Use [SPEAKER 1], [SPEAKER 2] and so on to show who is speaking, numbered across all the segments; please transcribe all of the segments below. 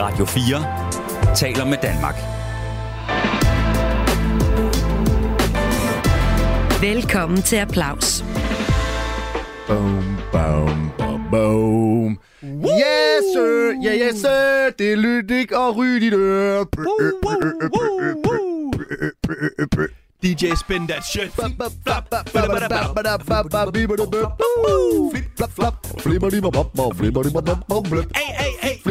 [SPEAKER 1] Radio 4 taler med Danmark.
[SPEAKER 2] Velkommen til Applaus.
[SPEAKER 3] Boom, boom, boom, boom. Yes, sir. Ja, yeah, yes, sir. Det er Lydik og Rydik.
[SPEAKER 4] DJ spin that shit. Hey, hey, hey.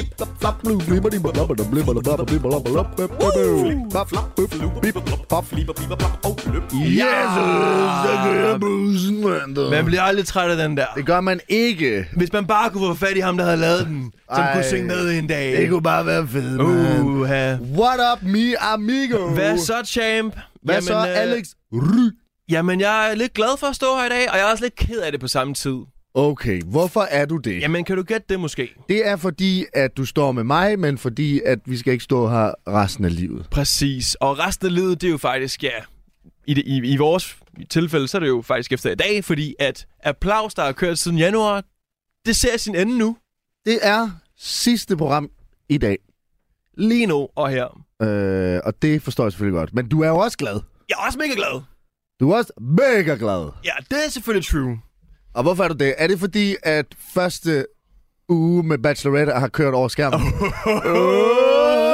[SPEAKER 4] Man bliver aldrig træt af den der.
[SPEAKER 3] Det gør man ikke.
[SPEAKER 4] Hvis man bare kunne få fat i ham, der havde lavet den, som
[SPEAKER 3] Ej.
[SPEAKER 4] kunne synge med en dag.
[SPEAKER 3] Det kunne bare være fedt,
[SPEAKER 4] Uh.
[SPEAKER 3] man.
[SPEAKER 4] Uha.
[SPEAKER 3] What up, mi amigo?
[SPEAKER 4] Hvad så, champ?
[SPEAKER 3] Hvad så,
[SPEAKER 4] øh,
[SPEAKER 3] Alex? Ry.
[SPEAKER 4] Jamen, jeg er lidt glad for at stå her i dag, og jeg er også lidt ked af det på samme tid.
[SPEAKER 3] Okay, hvorfor er du det?
[SPEAKER 4] Jamen, kan du gætte det måske?
[SPEAKER 3] Det er fordi, at du står med mig, men fordi, at vi skal ikke stå her resten af livet.
[SPEAKER 4] Præcis. Og resten af livet, det er jo faktisk, ja... I, det, i, I vores tilfælde, så er det jo faktisk efter i dag, fordi at applaus, der har kørt siden januar, det ser sin ende nu.
[SPEAKER 3] Det er sidste program i dag,
[SPEAKER 4] Lige nu og her.
[SPEAKER 3] øh, og det forstår jeg selvfølgelig godt. Men du er jo også glad.
[SPEAKER 4] Jeg er også mega glad.
[SPEAKER 3] Du er også mega glad.
[SPEAKER 4] Ja, det er selvfølgelig true.
[SPEAKER 3] Og hvorfor er du det? Er det fordi, at første uge med Bachelorette har kørt over skærmen?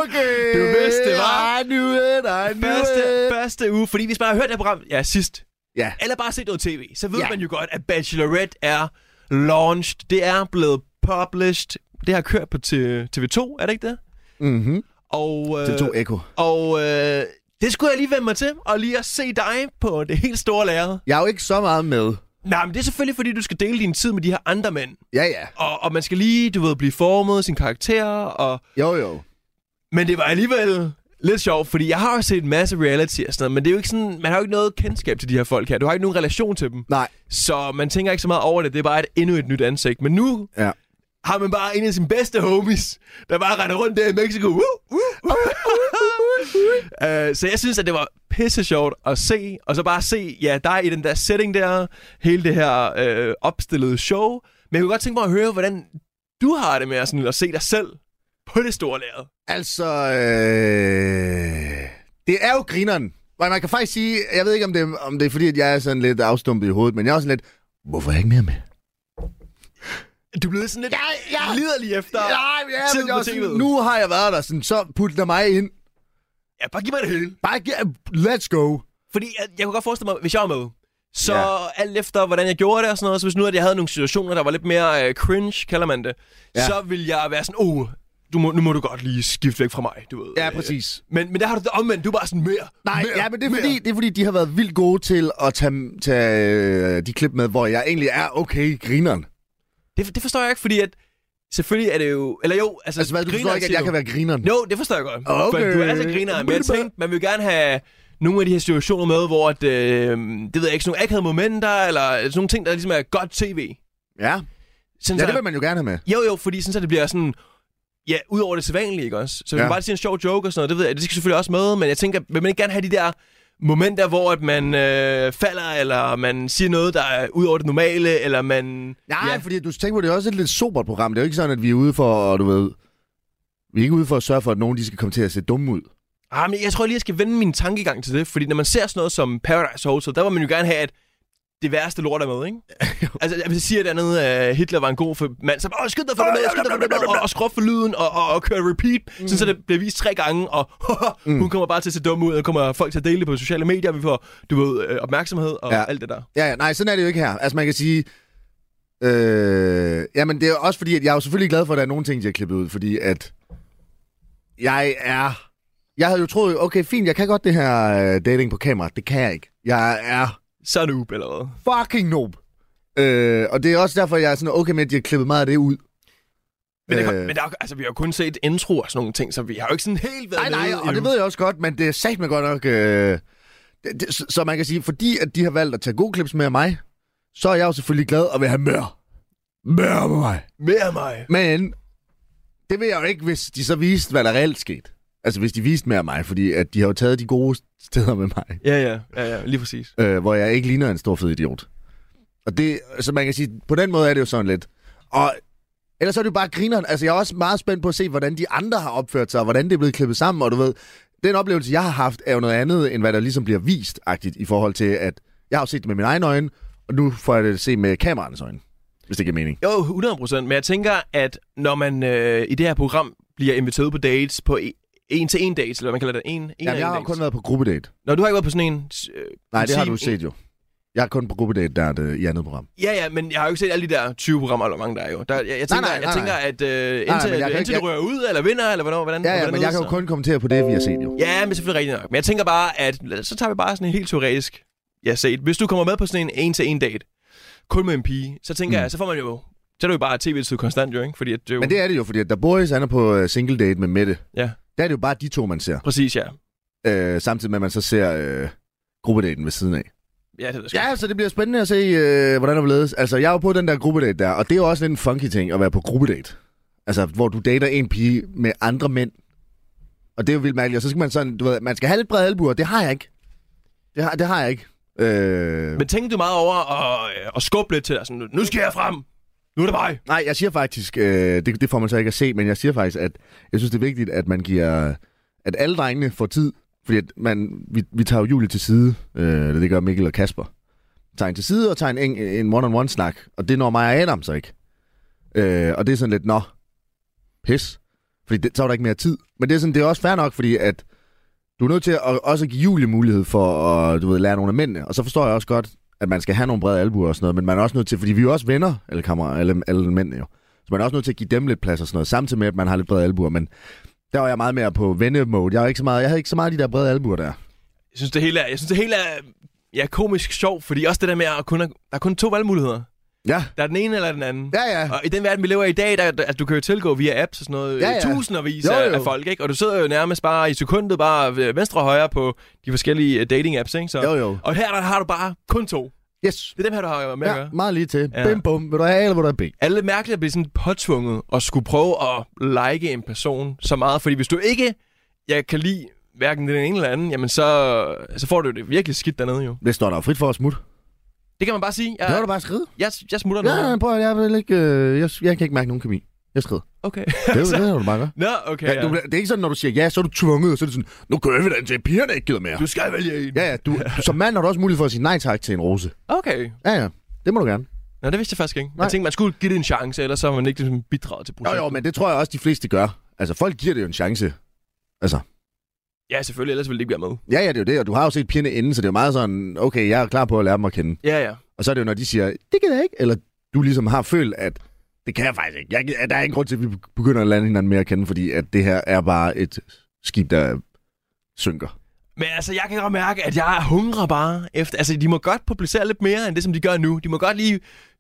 [SPEAKER 3] Okay.
[SPEAKER 4] Du vidste det, hva'?
[SPEAKER 3] I knew it, I knew
[SPEAKER 4] Første,
[SPEAKER 3] it.
[SPEAKER 4] første uge, fordi hvis man har hørt det her program, ja, sidst,
[SPEAKER 3] øh, Ja,
[SPEAKER 4] eller bare set noget tv, så ved
[SPEAKER 3] Ja.
[SPEAKER 4] ja. man jo godt, at Bachelorette er launched. Det er blevet published. Det har kørt på til TV2, er det ikke det?
[SPEAKER 3] mhm.
[SPEAKER 4] Og, øh,
[SPEAKER 3] Det tog Eko.
[SPEAKER 4] Og øh, det skulle jeg lige vende mig til, og lige at se dig på det helt store lærred.
[SPEAKER 3] Jeg er jo ikke så meget med.
[SPEAKER 4] Nej, men det er selvfølgelig, fordi du skal dele din tid med de her andre mænd.
[SPEAKER 3] Ja, ja.
[SPEAKER 4] Og, og man skal lige, du ved, blive formet af sine karakterer. Og...
[SPEAKER 3] Jo, jo.
[SPEAKER 4] Men det var alligevel lidt sjovt, fordi jeg har jo set en masse reality og sådan noget, men det er jo ikke sådan, man har jo ikke noget kendskab til de her folk her. Du har ikke nogen relation til dem.
[SPEAKER 3] Nej.
[SPEAKER 4] Så man tænker ikke så meget over det. Det er bare et, endnu et nyt ansigt. Men nu
[SPEAKER 3] Ja.
[SPEAKER 4] har man bare en af sine bedste homies, der bare render rundt der i Mexico. Woo, woo, woo. Øh, så jeg synes, at det var pisse sjovt at se, og så bare se ja, dig i den der setting der, hele det her øh, opstillede show. Men jeg kunne godt tænke mig at høre, hvordan du har det med at, sådan, at se dig selv på det store lærred.
[SPEAKER 3] Altså, øh... det er jo grineren. Men man kan faktisk sige, jeg ved ikke, om det, er, om det er fordi, at jeg er sådan lidt afstumpet i hovedet, men jeg er også sådan lidt, hvorfor er jeg ikke mere med?
[SPEAKER 4] Du blev sådan lidt
[SPEAKER 3] Ja, ja.
[SPEAKER 4] lider lige efter.
[SPEAKER 3] ja,
[SPEAKER 4] tid
[SPEAKER 3] men jeg
[SPEAKER 4] på
[SPEAKER 3] er sådan,
[SPEAKER 4] TV'et.
[SPEAKER 3] nu har jeg været der, sådan, så put der mig ind.
[SPEAKER 4] Ja, bare giv mig det hele.
[SPEAKER 3] Bare, gi- let's go.
[SPEAKER 4] Fordi jeg, jeg kunne godt forestille mig, hvis jeg var med, så
[SPEAKER 3] Ja.
[SPEAKER 4] ja. alt efter, hvordan jeg gjorde det og sådan noget, så hvis nu, at jeg havde nogle situationer, der var lidt mere øh, cringe, kalder man det,
[SPEAKER 3] Ja.
[SPEAKER 4] ja. så ville jeg være sådan, oh, du må, nu må du godt lige skifte væk fra mig, du ved.
[SPEAKER 3] Ja,
[SPEAKER 4] Øh,
[SPEAKER 3] præcis.
[SPEAKER 4] Men, men der har du det omvendt, du er bare sådan mere.
[SPEAKER 3] Nej,
[SPEAKER 4] mere,
[SPEAKER 3] ja, men det er,
[SPEAKER 4] mere.
[SPEAKER 3] fordi, det er fordi, de har været vildt gode til at tage, tage øh, de klip med, hvor jeg egentlig er okay grineren.
[SPEAKER 4] Det, det forstår jeg ikke, fordi at, selvfølgelig er det jo, eller jo, altså,
[SPEAKER 3] Altså, hvad, du forstår
[SPEAKER 4] grineren
[SPEAKER 3] ikke, at
[SPEAKER 4] siger
[SPEAKER 3] jeg
[SPEAKER 4] du.
[SPEAKER 3] kan være grineren?
[SPEAKER 4] Jo, det forstår jeg godt.
[SPEAKER 3] Okay.
[SPEAKER 4] For du er så griner, men jeg tænkte, man vil gerne have nogle af de her situationer med, hvor at, øh, det ved jeg ikke, sådan nogle akavede momenter, eller sådan nogle ting, der ligesom er godt tv.
[SPEAKER 3] Ja.
[SPEAKER 4] Sådan,
[SPEAKER 3] ja,
[SPEAKER 4] så
[SPEAKER 3] det vil man jo gerne have med.
[SPEAKER 4] Jo, jo, fordi sådan, så det bliver sådan... Ja, ud over det sædvanlige, ikke også? Så hvis
[SPEAKER 3] Ja.
[SPEAKER 4] ja. man bare siger en sjov joke og sådan noget, det ved jeg, det skal selvfølgelig også med, men jeg tænker, vil man ikke gerne have de der momenter, hvor at man øh, falder, eller man siger noget, der er ud over det normale, eller man...
[SPEAKER 3] Nej, ja. fordi du tænker på, det er også et lidt sobert program. Det er jo ikke sådan, at vi er ude for, og du ved... Vi er ikke ude for at sørge for, at nogen de skal komme til at se dumme ud.
[SPEAKER 4] Ah, men jeg tror lige, jeg skal vende min tankegang til det, fordi når man ser sådan noget som Paradise Hotel, der vil man jo gerne have, at det værste lort er med, ikke? altså, hvis jeg siger et andet, at øh, Hitler var en god for mand, så åh, skyld dig for det med, skyld dig for det med, og, og skrub for lyden, og, og, og køre repeat, mm. sådan, så det bliver vist tre gange, og
[SPEAKER 3] Mm.
[SPEAKER 4] hun kommer bare til at se dum ud, og kommer folk til at dele det på sociale medier, og vi får, du ved, øh, opmærksomhed og
[SPEAKER 3] Ja.
[SPEAKER 4] ja. alt det der.
[SPEAKER 3] Ja, ja, nej, sådan er det jo ikke her. Altså, man kan sige... Øh, jamen, det er også fordi, at jeg er jo selvfølgelig glad for, at der er nogle ting, de har klippet ud, fordi at... Jeg er... Jeg havde jo troet, okay, fint, jeg kan godt det her øh, dating på kamera. Det kan jeg ikke. Jeg er
[SPEAKER 4] Så er noob, eller hvad?
[SPEAKER 3] fucking noob. Øh, og det er også derfor, jeg er sådan, okay med, at de har klippet meget af det ud.
[SPEAKER 4] Men, øh.
[SPEAKER 3] Øh.
[SPEAKER 4] men der, er jo- altså, vi har jo kun set intro og sådan nogle ting, så vi har jo ikke sådan helt været
[SPEAKER 3] Nej, nej,
[SPEAKER 4] nede
[SPEAKER 3] og det
[SPEAKER 4] endnu.
[SPEAKER 3] ved jeg også godt, men det er sagt mig godt nok... Øh, det, det, så- så man kan sige, fordi at de har valgt at tage gode klips med af mig, så er jeg jo selvfølgelig glad og vil have mere. Mere med mig.
[SPEAKER 4] Mere mig.
[SPEAKER 3] Men det vil jeg jo ikke, hvis de så viste, hvad der reelt skete. Altså, hvis de viste mere af mig, fordi at de har jo taget de gode steder med mig,
[SPEAKER 4] Ja, ja, ja, ja, lige præcis.
[SPEAKER 3] øh, hvor jeg ikke ligner en stor fed idiot. Og det, så man kan sige, på den måde er det jo sådan lidt. Og Ellers er det jo bare grineren. Altså, jeg er også meget spændt på at se, hvordan de andre har opført sig, og hvordan det er blevet klippet sammen, og du ved, den oplevelse, jeg har haft, er jo noget andet, end hvad der ligesom bliver vist-agtigt, i forhold til, at jeg har jo set det med mine egne øjne, og nu får jeg det at se med kameraernes øjne, hvis det giver mening.
[SPEAKER 4] Jo, 100 procent. Men jeg tænker, at når man øh, i det her program bliver inviteret på dates, på en til en dates, eller hvad man kalder det, en, en
[SPEAKER 3] Jamen, jeg har jo
[SPEAKER 4] dates.
[SPEAKER 3] kun været på gruppedate.
[SPEAKER 4] Nå, du har ikke været på sådan en... Øh,
[SPEAKER 3] Nej,
[SPEAKER 4] en
[SPEAKER 3] det har
[SPEAKER 4] time-
[SPEAKER 3] du set jo. Jeg er kun på gruppedate, der er det i andet program.
[SPEAKER 4] Ja, ja, men jeg har jo ikke set alle de der 20 programmer, eller hvor mange der er jo. Der, jeg, jeg, tænker,
[SPEAKER 3] nej,
[SPEAKER 4] jeg
[SPEAKER 3] nej,
[SPEAKER 4] tænker,
[SPEAKER 3] nej.
[SPEAKER 4] at øh, indtil,
[SPEAKER 3] men jeg kan
[SPEAKER 4] indtil,
[SPEAKER 3] ikke-
[SPEAKER 4] du
[SPEAKER 3] jeg-
[SPEAKER 4] rører ud, eller vinder, eller hvornår, hvordan...
[SPEAKER 3] Ja, ja,
[SPEAKER 4] hvordan
[SPEAKER 3] men
[SPEAKER 4] er
[SPEAKER 3] jeg
[SPEAKER 4] det
[SPEAKER 3] kan jo
[SPEAKER 4] så?
[SPEAKER 3] kun kommentere på det, vi har set jo.
[SPEAKER 4] Ja, men selvfølgelig rigtigt nok. Men jeg tænker bare, at så tager vi bare sådan en helt teoretisk... Jeg set. Hvis du kommer med på sådan en en-til-en date, kun med en pige, så tænker
[SPEAKER 3] Mm.
[SPEAKER 4] mm. jeg, så får man jo... Så er det jo bare tv-tid konstant jo, ikke? Fordi at det jo...
[SPEAKER 3] Men det er det jo, fordi at da Boris han er på øh, single date med Mette,
[SPEAKER 4] Ja.
[SPEAKER 3] der er det jo bare de to, man ser.
[SPEAKER 4] Præcis, ja.
[SPEAKER 3] Øh, samtidig med, at man så ser øh, gruppedaten ved siden af.
[SPEAKER 4] Ja, det ved jeg sgu.
[SPEAKER 3] Ja, så det bliver spændende at se, øh, hvordan der vil ledes. Altså, jeg er jo på den der gruppedate der, og det er jo også lidt en funky ting at være på gruppedate. Altså, hvor du dater en pige med andre mænd. Og det er jo vildt mærkeligt. Og så skal man sådan, du ved, man skal have lidt brede albuer. Det har jeg ikke. Det har, det har jeg ikke. Øh,
[SPEAKER 4] Men tænkte du meget over at, øh, at skubbe lidt til dig? Sådan, nu skal jeg frem! Nu er det mig!
[SPEAKER 3] Nej, jeg siger faktisk, øh, det, det får man så ikke at se, men jeg siger faktisk, at jeg synes, det er vigtigt, at man giver, at alle drengene får tid. Fordi at man, vi, vi tager jo Julie til side, øh, eller det gør Mikkel og Kasper. Tager en til side og tager en, en, en one-on-one-snak, og det når mig og Adam så ikke. Øh, og det er sådan lidt, nå, pis. Fordi det, så er der ikke mere tid. Men det er, sådan, det er også fair nok, fordi at du er nødt til at også give Julie mulighed for at du ved, lære nogle af mændene. Og så forstår jeg også godt, at man skal have nogle brede albuer og sådan noget, men man er også nødt til, fordi vi er jo også venner, alle, kammer, alle, alle mændene jo, så man er også nødt til at give dem lidt plads og sådan noget, samtidig med, at man har lidt brede albuer, men der var jeg meget mere på venne-mode. Jeg, var ikke så meget, jeg havde ikke så meget de der brede albuer der.
[SPEAKER 4] Jeg synes, det hele er, jeg synes, det hele er ja, komisk sjov, fordi også det der med, at kun er, der er kun to valgmuligheder.
[SPEAKER 3] Ja,
[SPEAKER 4] Der er den ene eller den anden.
[SPEAKER 3] ja, ja.
[SPEAKER 4] Og i den verden, vi lever i i dag, der, der, altså, du kan jo tilgå via apps og sådan noget,
[SPEAKER 3] Ja,
[SPEAKER 4] ja,
[SPEAKER 3] ja.
[SPEAKER 4] ja. tusindervis
[SPEAKER 3] Jo,
[SPEAKER 4] jo,
[SPEAKER 3] jo.
[SPEAKER 4] jo. af folk, ikke? Og du sidder jo nærmest bare i sekundet, bare øh, venstre og højre på de forskellige øh, dating-apps, ikke? Så.
[SPEAKER 3] Jo, jo.
[SPEAKER 4] Og her der har du bare kun to.
[SPEAKER 3] Yes.
[SPEAKER 4] Det er dem her, du har med ja. at
[SPEAKER 3] Ja,
[SPEAKER 4] gøre.
[SPEAKER 3] meget lige til. Ja.
[SPEAKER 4] Ja.
[SPEAKER 3] Bim bum, vil du have A, eller vil du have B?
[SPEAKER 4] Er det lidt mærkeligt at blive sådan påtvunget og skulle prøve at like en person så meget? Fordi hvis du ikke jeg kan lide hverken den ene eller anden, jamen så, så får du det virkelig skidt dernede jo.
[SPEAKER 3] Det står der jo frit for at smutte.
[SPEAKER 4] Det kan man bare sige.
[SPEAKER 3] Ja. Det var
[SPEAKER 4] Jeg,
[SPEAKER 3] du bare skridt.
[SPEAKER 4] jeg, jeg smutter nu.
[SPEAKER 3] Ja, prøv at, jeg, vil ikke, øh, jeg, jeg, kan ikke mærke nogen kemi. Jeg skrider.
[SPEAKER 4] Okay.
[SPEAKER 3] Det er jo det, er jo du bare gør.
[SPEAKER 4] Nå, okay.
[SPEAKER 3] Ja,
[SPEAKER 4] Ja,
[SPEAKER 3] du,
[SPEAKER 4] ja.
[SPEAKER 3] bliver- det er ikke sådan, når du siger ja, så er du tvunget, og så er det sådan, nu kører vi da indtil pigerne ikke gider mere.
[SPEAKER 4] Du skal vælge en.
[SPEAKER 3] Ja, ja, du, som mand har du også mulighed for at sige nej tak til en rose.
[SPEAKER 4] Okay.
[SPEAKER 3] Ja, ja. Det må du gerne.
[SPEAKER 4] Nå, det vidste jeg faktisk ikke.
[SPEAKER 3] Nej.
[SPEAKER 4] Jeg tænkte, man skulle give det en chance, ellers så har man ikke ligesom, bidraget til
[SPEAKER 3] Jo,
[SPEAKER 4] projektet.
[SPEAKER 3] jo, men det tror jeg også, de fleste gør. Altså, folk giver det jo en chance. Altså,
[SPEAKER 4] Ja, selvfølgelig, ellers ville det ikke være med.
[SPEAKER 3] ja, ja, det er jo det, og du har jo set pigerne inden, så det er jo meget sådan, okay, jeg er klar på at lære dem at kende.
[SPEAKER 4] Ja, ja.
[SPEAKER 3] Og så er det jo, når de siger, det kan jeg ikke, eller du ligesom har følt, at det kan jeg faktisk ikke. Jeg, gider- der er ingen grund til, at vi begynder at lære hinanden mere at kende, fordi at det her er bare et skib, der synker.
[SPEAKER 4] Men altså, jeg kan godt mærke, at jeg hungrer bare efter... Altså, de må godt publicere lidt mere, end det, som de gør nu. De må godt lige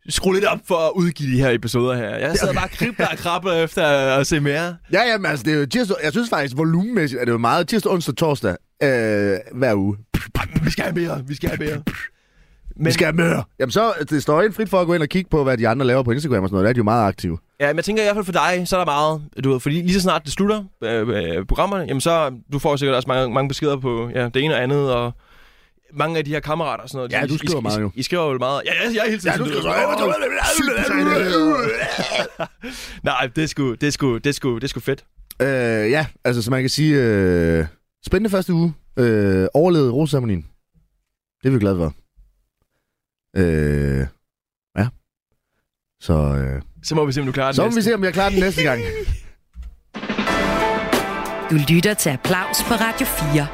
[SPEAKER 4] skrue lidt op for at udgive de her episoder her. Jeg sidder bare og kribler og krabber efter at se mere.
[SPEAKER 3] Ja, ja, men altså, det er jo tirsdag, jeg synes faktisk, volumenmæssigt er det jo meget tirsdag, onsdag, torsdag øh, hver uge.
[SPEAKER 4] Vi skal have mere, vi skal have mere.
[SPEAKER 3] Men... Vi skal have mere. Jamen så, det står en frit for at gå ind og kigge på, hvad de andre laver på Instagram og sådan noget. Der er de jo meget aktive.
[SPEAKER 4] Ja, men jeg tænker i hvert fald for dig, så er der meget, du ved, fordi lige så snart det slutter, øh, øh, programmerne, jamen så, du får sikkert også mange, mange beskeder på ja, det ene og andet, og mange af de her kammerater og sådan noget.
[SPEAKER 3] Ja,
[SPEAKER 4] de-
[SPEAKER 3] du
[SPEAKER 4] I-
[SPEAKER 3] skriver
[SPEAKER 4] I,
[SPEAKER 3] meget jo.
[SPEAKER 4] I, I skriver jo meget. Ja, jeg, jeg er hele tiden
[SPEAKER 3] Ja, du
[SPEAKER 4] sådan,
[SPEAKER 3] skriver så,
[SPEAKER 4] Nej, det er sgu, det er sgu, det er sgu, det er sgu fedt.
[SPEAKER 3] Øh, ja, altså som man kan sige, øh, spændende første uge. Øh, overlevede roseremonien. Det er vi glade for. Øh, ja. Så, øh,
[SPEAKER 4] Så må vi se, om du klarer det
[SPEAKER 3] så må vi
[SPEAKER 4] næste.
[SPEAKER 3] se, om jeg klarer den næste gang.
[SPEAKER 2] Du lytter til Applaus på Radio 4.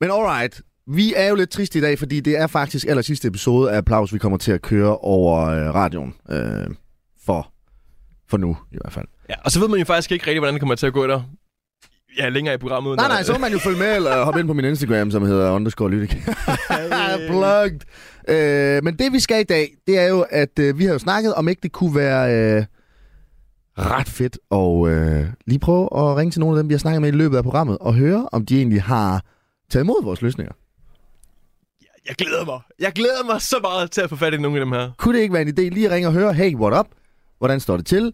[SPEAKER 3] Men alright, vi er jo lidt triste i dag, fordi det er faktisk aller sidste episode af Applaus, vi kommer til at køre over øh, radioen. Øh, for, for nu i hvert fald.
[SPEAKER 4] Ja, og så ved man jo faktisk ikke rigtig, hvordan det kommer til at gå der. Ja, længere i programmet.
[SPEAKER 3] Nej,
[SPEAKER 4] når-
[SPEAKER 3] nej, så må man jo følge med eller hoppe ind på min Instagram, som hedder underscore lytik. Plugged. Øh, men det vi skal i dag, det er jo, at øh, vi har jo snakket om ikke det kunne være øh, ret fedt at øh, lige prøve at ringe til nogle af dem, vi har snakket med i løbet af programmet, og høre, om de egentlig har taget imod vores løsninger.
[SPEAKER 4] Jeg glæder mig. Jeg glæder mig så meget til at få fat i nogle af dem her.
[SPEAKER 3] Kunne det ikke være en idé lige at ringe og høre, hey, what up? Hvordan står det til?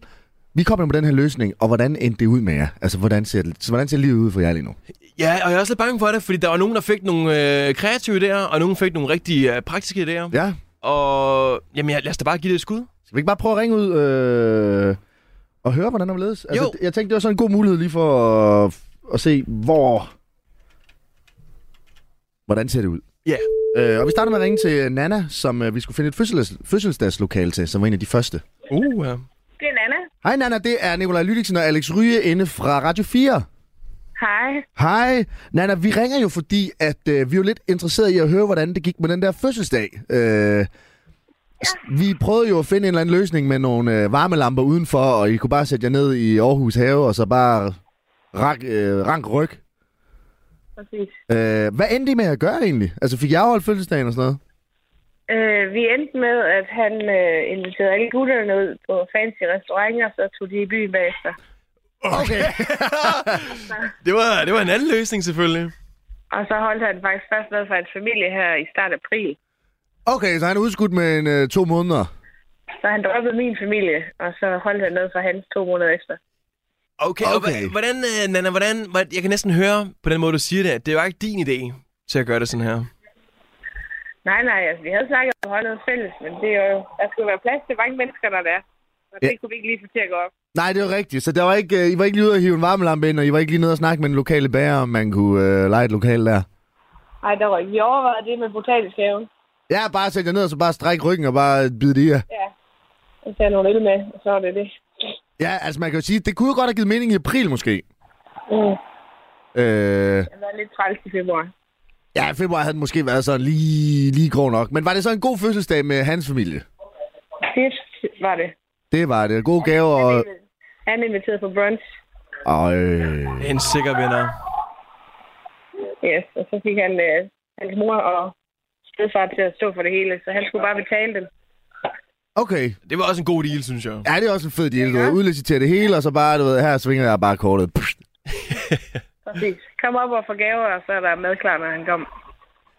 [SPEAKER 3] Vi kommer med den her løsning, og hvordan endte det ud med jer? Altså, hvordan ser, det, hvordan ser livet ud for jer lige nu?
[SPEAKER 4] Ja, og jeg er også lidt bange for det, fordi der var nogen, der fik nogle øh, kreative idéer, og nogen fik nogle rigtig øh, praktiske idéer.
[SPEAKER 3] Ja,
[SPEAKER 4] Og jamen, jeg, lad os da bare give det et skud.
[SPEAKER 3] Skal vi ikke bare prøve at ringe ud øh, og høre, hvordan det ledes? Altså,
[SPEAKER 4] Jo.
[SPEAKER 3] d- Jeg tænkte, det var sådan en god mulighed lige for at, at se, hvor... Hvordan ser det ud?
[SPEAKER 4] Ja.
[SPEAKER 3] Øh, og vi starter med at ringe til Nana, som øh, vi skulle finde et fødsels, fødselsdagslokale til, som var en af de første.
[SPEAKER 4] Uh, ja.
[SPEAKER 5] Det er Nana.
[SPEAKER 3] Hej Nana, det er Nikolaj Lydiksen og Alex Ryge inde fra Radio 4.
[SPEAKER 5] Hej.
[SPEAKER 3] Hej. Nana, vi ringer jo, fordi at øh, vi er jo lidt interesserede i at høre, hvordan det gik med den der fødselsdag. Øh, ja. Vi prøvede jo at finde en eller anden løsning med nogle øh, varmelamper udenfor, og I kunne bare sætte jer ned i Aarhus Have, og så bare rank, øh, rank ryg.
[SPEAKER 5] Præcis.
[SPEAKER 3] Øh, hvad endte I med at gøre egentlig? Altså fik jeg holdt fødselsdagen og sådan noget?
[SPEAKER 5] Øh, vi endte med, at han øh, inviterede alle gutterne ud på fancy restauranter, så tog de i byen bagefter.
[SPEAKER 3] Okay.
[SPEAKER 4] Det var, det var en anden løsning, selvfølgelig.
[SPEAKER 5] Og så holdt han faktisk først noget for hans familie her i start april.
[SPEAKER 3] okay, så han er udskudt med en, øh, to måneder.
[SPEAKER 5] Så han droppede min familie, og så holdt han noget for hans to måneder efter.
[SPEAKER 4] Okay, okay. og
[SPEAKER 3] Okay.
[SPEAKER 4] hva- hvordan, øh, Nana, hvordan, hvordan, jeg kan næsten høre på den måde, du siger det, at det var ikke din idé til at gøre det sådan her.
[SPEAKER 5] Nej, nej, altså, vi havde snakket om at holde noget fælles, men det er jo, der skulle være plads til mange mennesker, der er. Og det
[SPEAKER 3] Ja.
[SPEAKER 5] kunne vi ikke lige få til at gå op.
[SPEAKER 3] Nej, det er jo rigtigt. Så der var ikke, øh, I var ikke lige ude at hive en varmelampe ind, og I var ikke lige nede og snakke med den lokale bager, om man kunne øh, lege et lokal der.
[SPEAKER 5] Nej, der var ikke. Vi overvejede det med botanisk haven.
[SPEAKER 3] Ja, bare sæt jer ned, og så bare stræk ryggen og bare bide det i jer.
[SPEAKER 5] Ja. Og tage nogle øl med, og så var det det.
[SPEAKER 3] Ja, altså man kan jo sige, det kunne jo godt have givet mening i april måske.
[SPEAKER 5] Mm.
[SPEAKER 3] Øh,
[SPEAKER 5] Det var lidt træls i februar.
[SPEAKER 3] ja, i februar havde den måske været sådan lige, lige grov nok. Men var det så en god fødselsdag med hans familie?
[SPEAKER 5] Det var det.
[SPEAKER 3] Det var det. Gode gaver og...
[SPEAKER 5] Han inviterede på brunch.
[SPEAKER 3] og øh,
[SPEAKER 4] En sikker vinder.
[SPEAKER 5] Yes, og så fik han øh, hans mor og stedfar til at stå for det hele, så han skulle bare betale dem.
[SPEAKER 3] okay.
[SPEAKER 4] Det var også en god deal, synes jeg.
[SPEAKER 3] Ja, det er også en fed deal. Du ved, udlicitere det hele, og så bare, du ved, her svinger jeg bare kortet. Pst.
[SPEAKER 5] Præcis. Kom op og få gaver, og så er der mad klar, når han kom.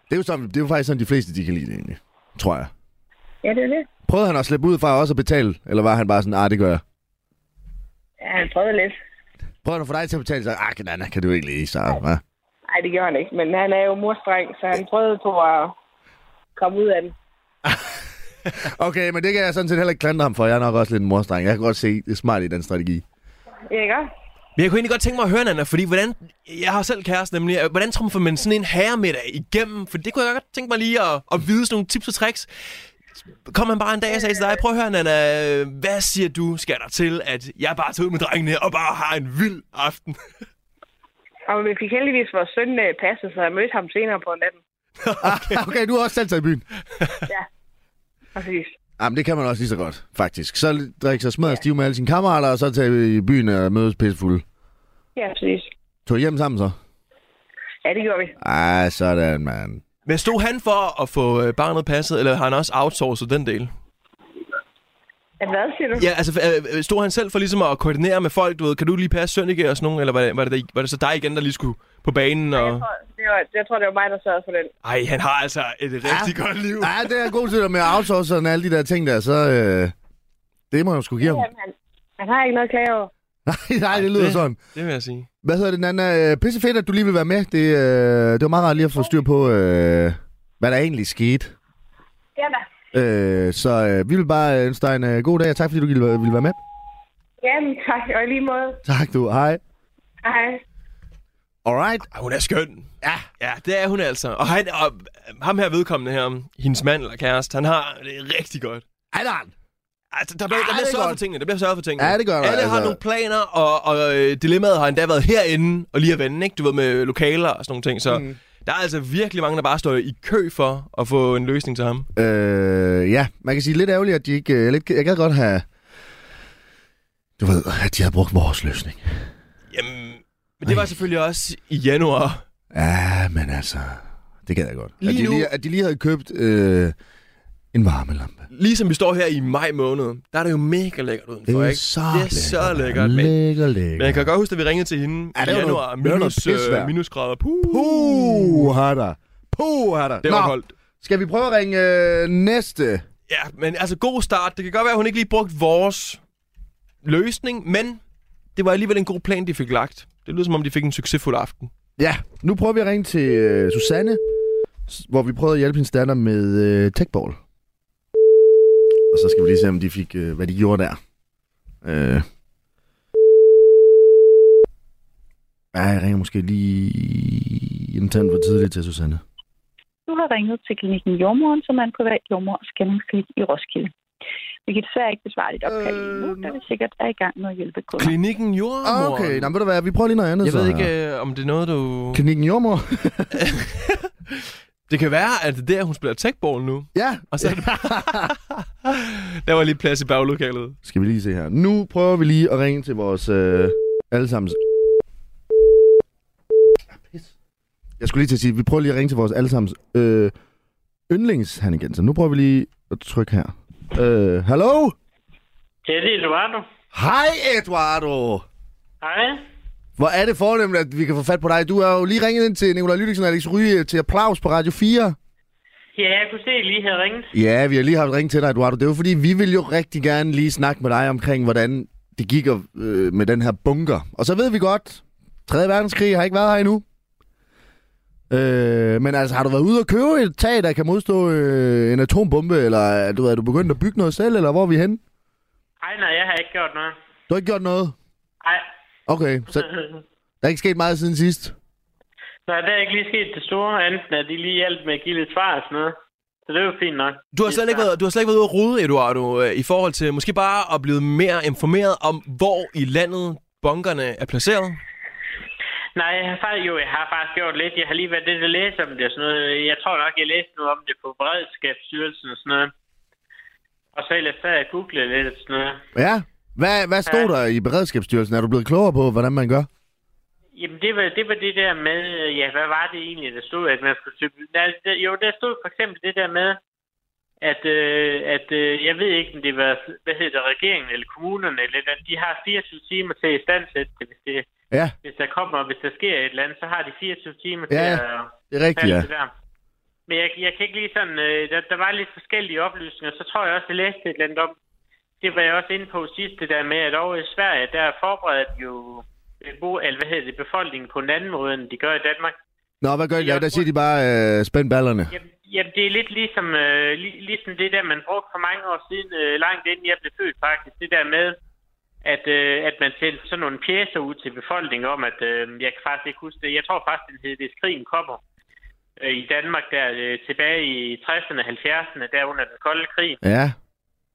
[SPEAKER 3] Det er jo, sådan, det er jo faktisk sådan, de fleste, de kan lide det egentlig. Tror jeg.
[SPEAKER 5] Ja, det er det.
[SPEAKER 3] Prøvede han at slippe ud fra også at betale? Eller var han bare sådan, ah, det gør jeg.
[SPEAKER 5] Ja, han prøvede lidt.
[SPEAKER 3] Prøvede han at få dig til at betale? Så, ah, kan, nej, kan du ikke lige, så hva?
[SPEAKER 5] Nej, det gjorde han ikke, men han er jo morstreng, så han prøvede på at komme ud af den.
[SPEAKER 3] Okay, men det kan jeg sådan set heller ikke klandre ham for. Jeg er nok også lidt en morstreng. Jeg kan godt se det smart i den strategi.
[SPEAKER 5] Ja, Ikke?
[SPEAKER 4] Men jeg kunne egentlig godt tænke mig at høre, Nana, fordi hvordan, jeg har selv kæreste nemlig, øh, hvordan trumfer man sådan en herremiddag igennem? For det kunne jeg godt tænke mig lige at, at vide sådan nogle tips og tricks. Kom han bare en dag og sagde til dig, prøv at høre, Nana, øh, hvad siger du, skal der til, at jeg bare tager ud med drengene og bare har en vild aften?
[SPEAKER 5] Og vi fik heldigvis vores søn øh, passet, så jeg mødte ham senere på natten.
[SPEAKER 3] Okay, du har også selv taget i byen.
[SPEAKER 5] Præcis.
[SPEAKER 3] Jamen, det kan man også lige så godt, faktisk. Så drikke sig smadret stiv med alle sine kammerater, og så tage i byen og mødes pissefulde.
[SPEAKER 5] Ja, præcis.
[SPEAKER 3] Tog I hjem sammen så?
[SPEAKER 5] Ja, det gjorde vi.
[SPEAKER 3] Ej, sådan, mand.
[SPEAKER 4] Men stod han for at få øh, barnet passet, eller har han også outsourcet den del?
[SPEAKER 5] Ja, Hvad siger du?
[SPEAKER 4] Ja, altså øh, øh, stod han selv for ligesom at koordinere med folk, du ved, kan du lige passe Sønneke og sådan nogen, eller var det, var, det, var det så dig igen, der lige skulle på banen?
[SPEAKER 5] Jeg
[SPEAKER 4] Og...
[SPEAKER 5] tror, det var, jeg tror, det var mig, der sørgede for den.
[SPEAKER 4] Ej, han har altså et rigtig godt liv.
[SPEAKER 3] Ja, det er god til med at outsource og alle de der ting der, så... Øh, det må jeg sgu give ham.
[SPEAKER 5] Jamen, han, han har ikke noget at klage over.
[SPEAKER 3] Nej, nej, det lyder
[SPEAKER 4] Det-
[SPEAKER 3] sådan.
[SPEAKER 4] Det vil jeg sige.
[SPEAKER 3] Hvad hedder det, Nana? Øh, Pisse fedt, at du lige vil være med. Det, øh, det var meget rart lige at få styr på, øh, hvad der egentlig skete.
[SPEAKER 5] Ja da.
[SPEAKER 3] Øh, så øh, vi vil bare ønske dig en øh, god dag, og tak fordi du ville ville være med.
[SPEAKER 5] Jamen, tak. Og i lige måde.
[SPEAKER 3] Tak du, hej.
[SPEAKER 5] Hej.
[SPEAKER 3] Alright.
[SPEAKER 4] Ej, hun er skøn. Ja. Ja, det er hun altså. Og, han, og øh, ham her vedkommende her, hendes mand eller kæreste, han har det rigtig godt.
[SPEAKER 3] Hej han.
[SPEAKER 4] Altså, der bliver,
[SPEAKER 3] Ja,
[SPEAKER 4] der
[SPEAKER 3] det
[SPEAKER 4] bliver
[SPEAKER 3] er
[SPEAKER 4] sørget for
[SPEAKER 3] godt.
[SPEAKER 4] tingene. Der bliver sørget for tingene.
[SPEAKER 3] Ja, det gør der,
[SPEAKER 4] Alle har
[SPEAKER 3] altså.
[SPEAKER 4] nogle planer, og, og øh, dilemmaet har endda været herinde og lige at vende, ikke? Du ved, med lokaler og sådan nogle ting. Så mm. der er altså virkelig mange, der bare står i kø for at få en løsning til ham.
[SPEAKER 3] Øh, ja, man kan sige lidt ærgerligt, at de ikke... Øh, lidt, jeg gad godt have... Du ved, at de har brugt vores løsning.
[SPEAKER 4] Jamen, men det var selvfølgelig også i januar.
[SPEAKER 3] Ja, men altså... Det gad jeg godt.
[SPEAKER 4] Lige
[SPEAKER 3] at, de
[SPEAKER 4] nu-
[SPEAKER 3] lige, at de lige havde købt øh, en varmelampe.
[SPEAKER 4] Ligesom vi står her i maj måned, der er det jo mega lækkert udenfor, ikke? det er så lækkert, men
[SPEAKER 3] Lækker, lækker.
[SPEAKER 4] Men jeg kan godt huske, at vi ringede til hende
[SPEAKER 3] Ja,
[SPEAKER 4] ja,
[SPEAKER 3] det
[SPEAKER 4] i
[SPEAKER 3] var
[SPEAKER 4] januar.
[SPEAKER 3] noget- det var noget
[SPEAKER 4] Minus, øh,
[SPEAKER 3] pisvejr.
[SPEAKER 4] minusgrader. Puh,
[SPEAKER 3] Puh, har der. Puh, har der.
[SPEAKER 4] det var holdt.
[SPEAKER 3] Skal vi prøve at ringe øh, næste?
[SPEAKER 4] Ja, men altså god start. Det kan godt være, at hun ikke lige brugte vores løsning, men det var alligevel en god plan, de fik lagt. Det lyder som om, de fik en succesfuld aften.
[SPEAKER 3] Ja, nu prøver vi at ringe til øh, Susanne, s- hvor vi prøvede at hjælpe hendes datter med øh, techball. Og så skal vi lige se, om de fik, øh, hvad de gjorde der. Øh. Ja, jeg ringer måske lige en tand for tidligt til Susanne.
[SPEAKER 6] Du har ringet til klinikken Jordmoren, som er en privat jordmor og scanningsklinik i Roskilde. Vi kan desværre ikke besvare dit opkald lige nu, da vi sikkert er i gang med at hjælpe kunder.
[SPEAKER 4] Klinikken
[SPEAKER 3] Ah,
[SPEAKER 4] Jordmor.
[SPEAKER 3] okay, Nå, men ved du hvad, vi prøver lige noget andet.
[SPEAKER 4] Jeg
[SPEAKER 3] så
[SPEAKER 4] ved
[SPEAKER 3] her.
[SPEAKER 4] ikke, øh, om det er noget, du...
[SPEAKER 3] Klinikken jordmor?
[SPEAKER 4] Det kan være, at det er der, hun spiller techball nu.
[SPEAKER 3] ja.
[SPEAKER 4] Og så er det... der var lige plads i baglokalet.
[SPEAKER 3] Skal vi lige se her. Nu prøver vi lige at ringe til vores øh, allesammens... Ah, pis. Jeg skulle lige til at sige, vi prøver lige at ringe til vores allesammens øh, yndlings han igen. Så nu prøver vi lige at trykke her. Øh, hallo?
[SPEAKER 7] Ja, det er Eduardo.
[SPEAKER 3] Hej, Eduardo!
[SPEAKER 7] Hej.
[SPEAKER 3] Hvor er det fornemt, at vi kan få fat på dig. Du har jo lige ringet ind til Nikolaj Lydiksen og Alex Ryge til applaus på Radio 4.
[SPEAKER 7] Ja, jeg kunne se, at I lige havde ringet.
[SPEAKER 3] Ja, vi har lige haft ringet til dig, Eduardo. Det er jo fordi, vi vil jo rigtig gerne lige snakke med dig omkring, hvordan det gik og, øh, med den her bunker. Og så ved vi godt, 3. verdenskrig har ikke været her endnu. Øh, men altså, har du været ude og købe et tag, der kan modstå øh, en atombombe? Eller er du, er du begyndt at bygge noget selv, eller hvor er vi henne?
[SPEAKER 7] Ej, nej, jeg har ikke gjort noget.
[SPEAKER 3] Du har ikke gjort noget?
[SPEAKER 7] Ej.
[SPEAKER 3] Okay, så der er ikke sket meget siden sidst.
[SPEAKER 7] Nej, der er ikke lige sket det store, enten at de lige hjalp med at give lidt svar og sådan noget. Så det er jo fint nok.
[SPEAKER 4] Du har, slet ikke været, du har slet ikke været ude at rode, Eduardo, øh, i forhold til måske bare at blive mere informeret om, hvor i landet bunkerne er placeret.
[SPEAKER 7] Nej, jeg har faktisk, jo, jeg har faktisk gjort lidt. Jeg har lige været lidt at læse om det og sådan noget. Jeg tror nok, jeg læste noget om det på Beredskabsstyrelsen og sådan noget. Og så ellers så har jeg googlet lidt og sådan noget.
[SPEAKER 3] Ja, hvad, hvad stod der i Beredskabsstyrelsen? Er du blevet klogere på, hvordan man gør?
[SPEAKER 7] Jamen, det var, det var det der med, øh, ja, hvad var det egentlig, der stod, at man skulle søge... Nej, der, jo, der stod for eksempel det der med, at, øh, at øh, jeg ved ikke, om det var, hvad hedder det, regeringen eller kommunerne, eller et eller andet, de har 24 timer til at istandsætte det, hvis, det,
[SPEAKER 3] Ja,
[SPEAKER 7] hvis der kommer, hvis der sker et eller andet, så har de 24 timer til
[SPEAKER 3] Ja,
[SPEAKER 7] at...
[SPEAKER 3] det er rigtigt,
[SPEAKER 7] Ja.
[SPEAKER 3] ja.
[SPEAKER 7] Det der. Men jeg, jeg kan ikke lige sådan... Øh, der, der var lidt forskellige oplysninger, så tror jeg også, jeg læste et eller andet om. Det var jeg også inde på sidst, det der med, at over i Sverige, der forbereder de jo øh, bo, eller hvad hedder det, befolkningen på en anden måde, end de gør i Danmark.
[SPEAKER 3] Nå, hvad gør de? Ja, der siger de bare, øh, spænd ballerne.
[SPEAKER 7] Jamen, jamen det er lidt ligesom, øh, lig, ligesom det der, man brugte for mange år siden, øh, langt inden jeg blev født faktisk, det der med, at, øh, at man sendte sådan nogle pjæser ud til befolkningen om, at øh, jeg kan faktisk ikke huske det, jeg tror faktisk, den hed, det er Skrigen kommer øh, i Danmark der øh, tilbage i 60'erne og 70'erne, der under den kolde krig,
[SPEAKER 3] Ja.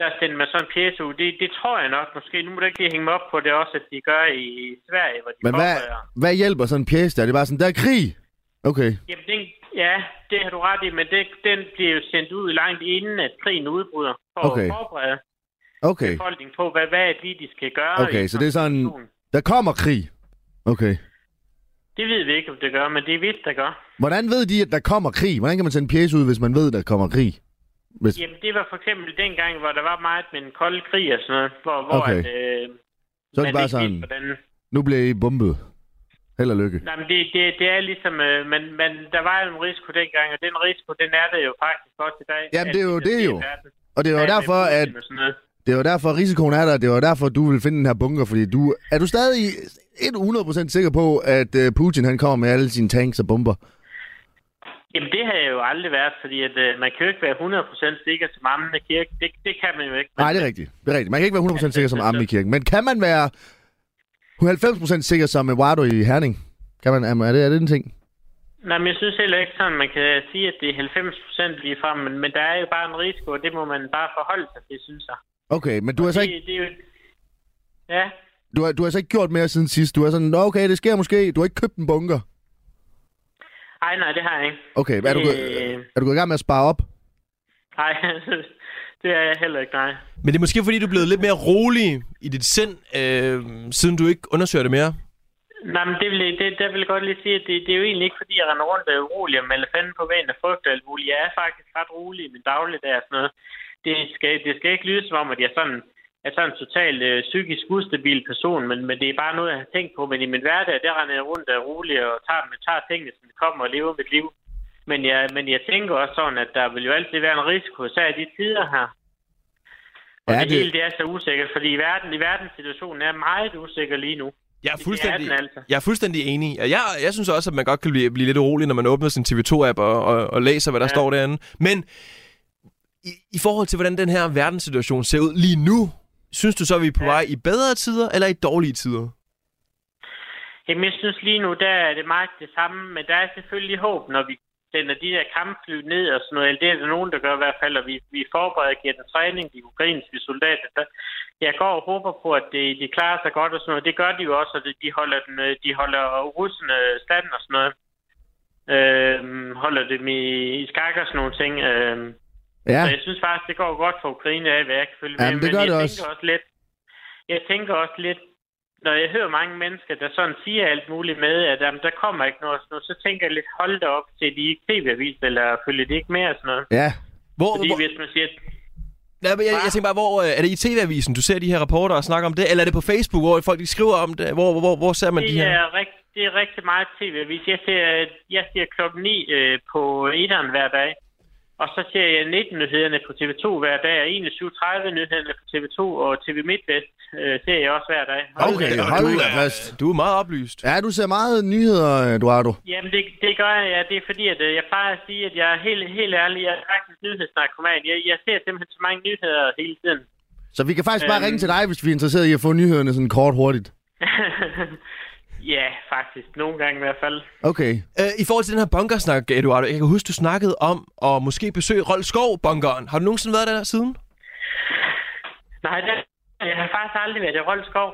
[SPEAKER 7] der sendte man sådan en pjæse ud. Det, det tror jeg nok måske, nu må du ikke lige hænge mig op på det også, at de gør i Sverige, hvor de
[SPEAKER 3] Men hvad,
[SPEAKER 7] forbereder.
[SPEAKER 3] hvad hjælper sådan en pjæse der? Det er bare sådan, der er krig! Okay.
[SPEAKER 7] Jamen, den, ja, det har du ret i, men det, den bliver jo sendt ud langt inden, at krigen udbryder, for
[SPEAKER 3] Okay.
[SPEAKER 7] at forberede
[SPEAKER 3] Okay.
[SPEAKER 7] befolkningen på, hvad, hvad det lige, de skal gøre.
[SPEAKER 3] Okay,
[SPEAKER 7] i
[SPEAKER 3] så det er sådan-
[SPEAKER 7] konfrontationen.
[SPEAKER 3] Der kommer krig. Okay.
[SPEAKER 7] Det ved vi ikke, om det gør, men det er vist, der gør.
[SPEAKER 3] Hvordan ved de, at der kommer krig? Hvordan kan man sende en pjæse ud, hvis man ved, der kommer krig? Hvis...
[SPEAKER 7] Jamen, det var for eksempel dengang, hvor der var meget med den kolde krig og sådan noget, hvor, hvor
[SPEAKER 3] Okay.
[SPEAKER 7] at, øh,
[SPEAKER 3] Så er det
[SPEAKER 7] man
[SPEAKER 3] bare
[SPEAKER 7] ikke vidste,
[SPEAKER 3] sådan,
[SPEAKER 7] hvordan...
[SPEAKER 3] nu bliver I bombet. Held og lykke.
[SPEAKER 7] Nej, men det, det, det er ligesom... Øh, men, men der var en risiko dengang, og den risiko, den er der jo faktisk også i dag.
[SPEAKER 3] Jamen,
[SPEAKER 7] at
[SPEAKER 3] det er jo
[SPEAKER 7] der
[SPEAKER 3] det
[SPEAKER 7] sker
[SPEAKER 3] jo.
[SPEAKER 7] i verden.
[SPEAKER 3] Og det var
[SPEAKER 7] Hvad med
[SPEAKER 3] derfor, at
[SPEAKER 7] Putin og sådan noget.
[SPEAKER 3] det var derfor risikoen er der. Det var derfor, du vil finde den her bunker, fordi du... Er du stadig 100% sikker på, at øh, Putin han kommer med alle sine tanks og bomber?
[SPEAKER 7] Jamen, det har jeg jo aldrig været, fordi at, øh, man kan jo ikke være 100% sikker som ammende kirke. Det, det kan man jo ikke. Men,
[SPEAKER 3] Nej, det er rigtigt. Det er rigtigt. Man kan ikke være 100% sikker som Amme i kirken. Men kan man være 90% sikker som Eduardo i Herning? Kan man, er det, er det en ting?
[SPEAKER 7] nej, men jeg synes heller ikke sådan, man kan sige, at det er 90% lige frem, men, men der er jo bare en risiko, og det må man bare forholde sig til, synes jeg.
[SPEAKER 3] Okay, men du har så ikke,
[SPEAKER 7] Det, det er jo... Ja,
[SPEAKER 3] du har, du har så ikke gjort mere siden sidst. Du er sådan, "Nå, okay, det sker måske. Du har ikke købt en bunker.
[SPEAKER 7] ej nej, det har jeg ikke.
[SPEAKER 3] Okay, er du, gået-
[SPEAKER 7] Øh.
[SPEAKER 3] er du gået i gang med at spare op?
[SPEAKER 7] Nej, det er jeg heller ikke, nej.
[SPEAKER 4] Men det er måske, fordi du er blevet lidt mere rolig i dit sind, øh, siden du ikke undersøger det mere.
[SPEAKER 7] Nej, men det vil, jeg- det, der vil jeg godt lige sige, at det, det er jo egentlig ikke, fordi jeg render rundt og er urolig og melder fanden på vejen og frygter alt muligt. Jeg er faktisk ret rolig i min dagligdag og sådan noget. Det skal, det skal ikke lyde som om, at jeg sådan, er sådan en totalt øh, psykisk ustabil person, men, men det er bare noget, jeg har tænkt på. Men i min hverdag, der render jeg rundt og er rolig og tager, men tager tingene, som de kommer og lever mit liv. Men jeg, men jeg tænker også sådan, at der vil jo altid være en risiko, især i de tider her. Og
[SPEAKER 3] Ja,
[SPEAKER 7] ja, det,
[SPEAKER 3] det-
[SPEAKER 7] hele det er så usikkert, fordi i verden, i verdenssituationen er meget usikker lige nu.
[SPEAKER 4] Jeg er
[SPEAKER 7] Det er
[SPEAKER 4] fuldstændig,
[SPEAKER 7] den altså.
[SPEAKER 4] jeg er fuldstændig enig. Jeg, jeg, jeg synes også, at man godt kan blive, blive lidt urolig, når man åbner sin TV2-app og, og, og læser, hvad der ja. står derinde. Men I, I forhold til, hvordan den her verdenssituation ser ud lige nu, synes du så, at vi er på
[SPEAKER 7] Ja.
[SPEAKER 4] vej i bedre tider eller i dårlige tider?
[SPEAKER 7] Jamen, jeg synes lige nu, der er det meget det samme, men der er selvfølgelig håb, når vi sender de der kampfly ned og sådan noget. Eller det er der nogen, der gør i hvert fald, og vi, vi forbereder og giver den træning, de ukrainske soldater. Der, jeg går og håber på, at de, de klarer sig godt og sådan noget. Det gør de jo også, og de- de holder, den, øh, de holder russerne stand og sådan noget. Øhm, holder dem i, i skak og sådan nogle ting. Øhm,
[SPEAKER 3] Ja,
[SPEAKER 7] Ja. Så jeg synes faktisk, det går godt for Ukraine af, hvad jeg kan følge
[SPEAKER 3] Jamen,
[SPEAKER 7] med.
[SPEAKER 3] det gør
[SPEAKER 7] jeg
[SPEAKER 3] det
[SPEAKER 7] tænker
[SPEAKER 3] også.
[SPEAKER 7] også lidt, jeg tænker også lidt, når jeg hører mange mennesker, der sådan siger alt muligt med, at jamen, der kommer ikke noget og sådan noget, så tænker jeg lidt, hold da op til de ikke tv-avis, eller følger de ikke med og sådan noget.
[SPEAKER 3] ja.
[SPEAKER 4] Hvor,
[SPEAKER 7] Fordi
[SPEAKER 4] hvor,
[SPEAKER 7] hvis man siger,
[SPEAKER 4] nej, men jeg, jeg tænker bare, hvor øh, er det i TV-avisen, du ser de her rapporter og snakker om det? Eller er det på Facebook, hvor folk de skriver om det? Hvor, hvor, hvor, hvor ser man de
[SPEAKER 7] det
[SPEAKER 4] her?
[SPEAKER 7] er, rigt, det er rigtig meget tv-avis. Jeg ser, jeg ser klokken 9 øh, på etteren hver dag, og så ser jeg 19-nyhederne på TV2 hver dag, og 21.30-nyhederne på TV2, og TV MidtVest øh, ser jeg også hver dag.
[SPEAKER 3] Okay, hold da fast.
[SPEAKER 4] Du er meget oplyst.
[SPEAKER 3] Ja, du ser meget nyheder, Eduardo.
[SPEAKER 7] Jamen, det, det gør jeg. Ja. Det er fordi, at øh, jeg plejer at sige, at jeg er helt, helt ærlig. Jeg er faktisk nyhedsnarkoman. Jeg, jeg ser simpelthen så mange nyheder hele tiden.
[SPEAKER 3] Så vi kan faktisk bare
[SPEAKER 7] Øhm.
[SPEAKER 3] ringe til dig, hvis vi er interesseret i at få nyhederne sådan kort hurtigt.
[SPEAKER 7] ja, faktisk. Nogle gange i hvert fald.
[SPEAKER 3] Okay.
[SPEAKER 4] Øh, I forhold til den her bunkersnak, Eduardo, jeg kan huske, du snakkede om at måske besøge Rolf Skov-bunkeren. Har du nogensinde været der siden?
[SPEAKER 7] Nej, det, jeg har faktisk aldrig været i Roldskov.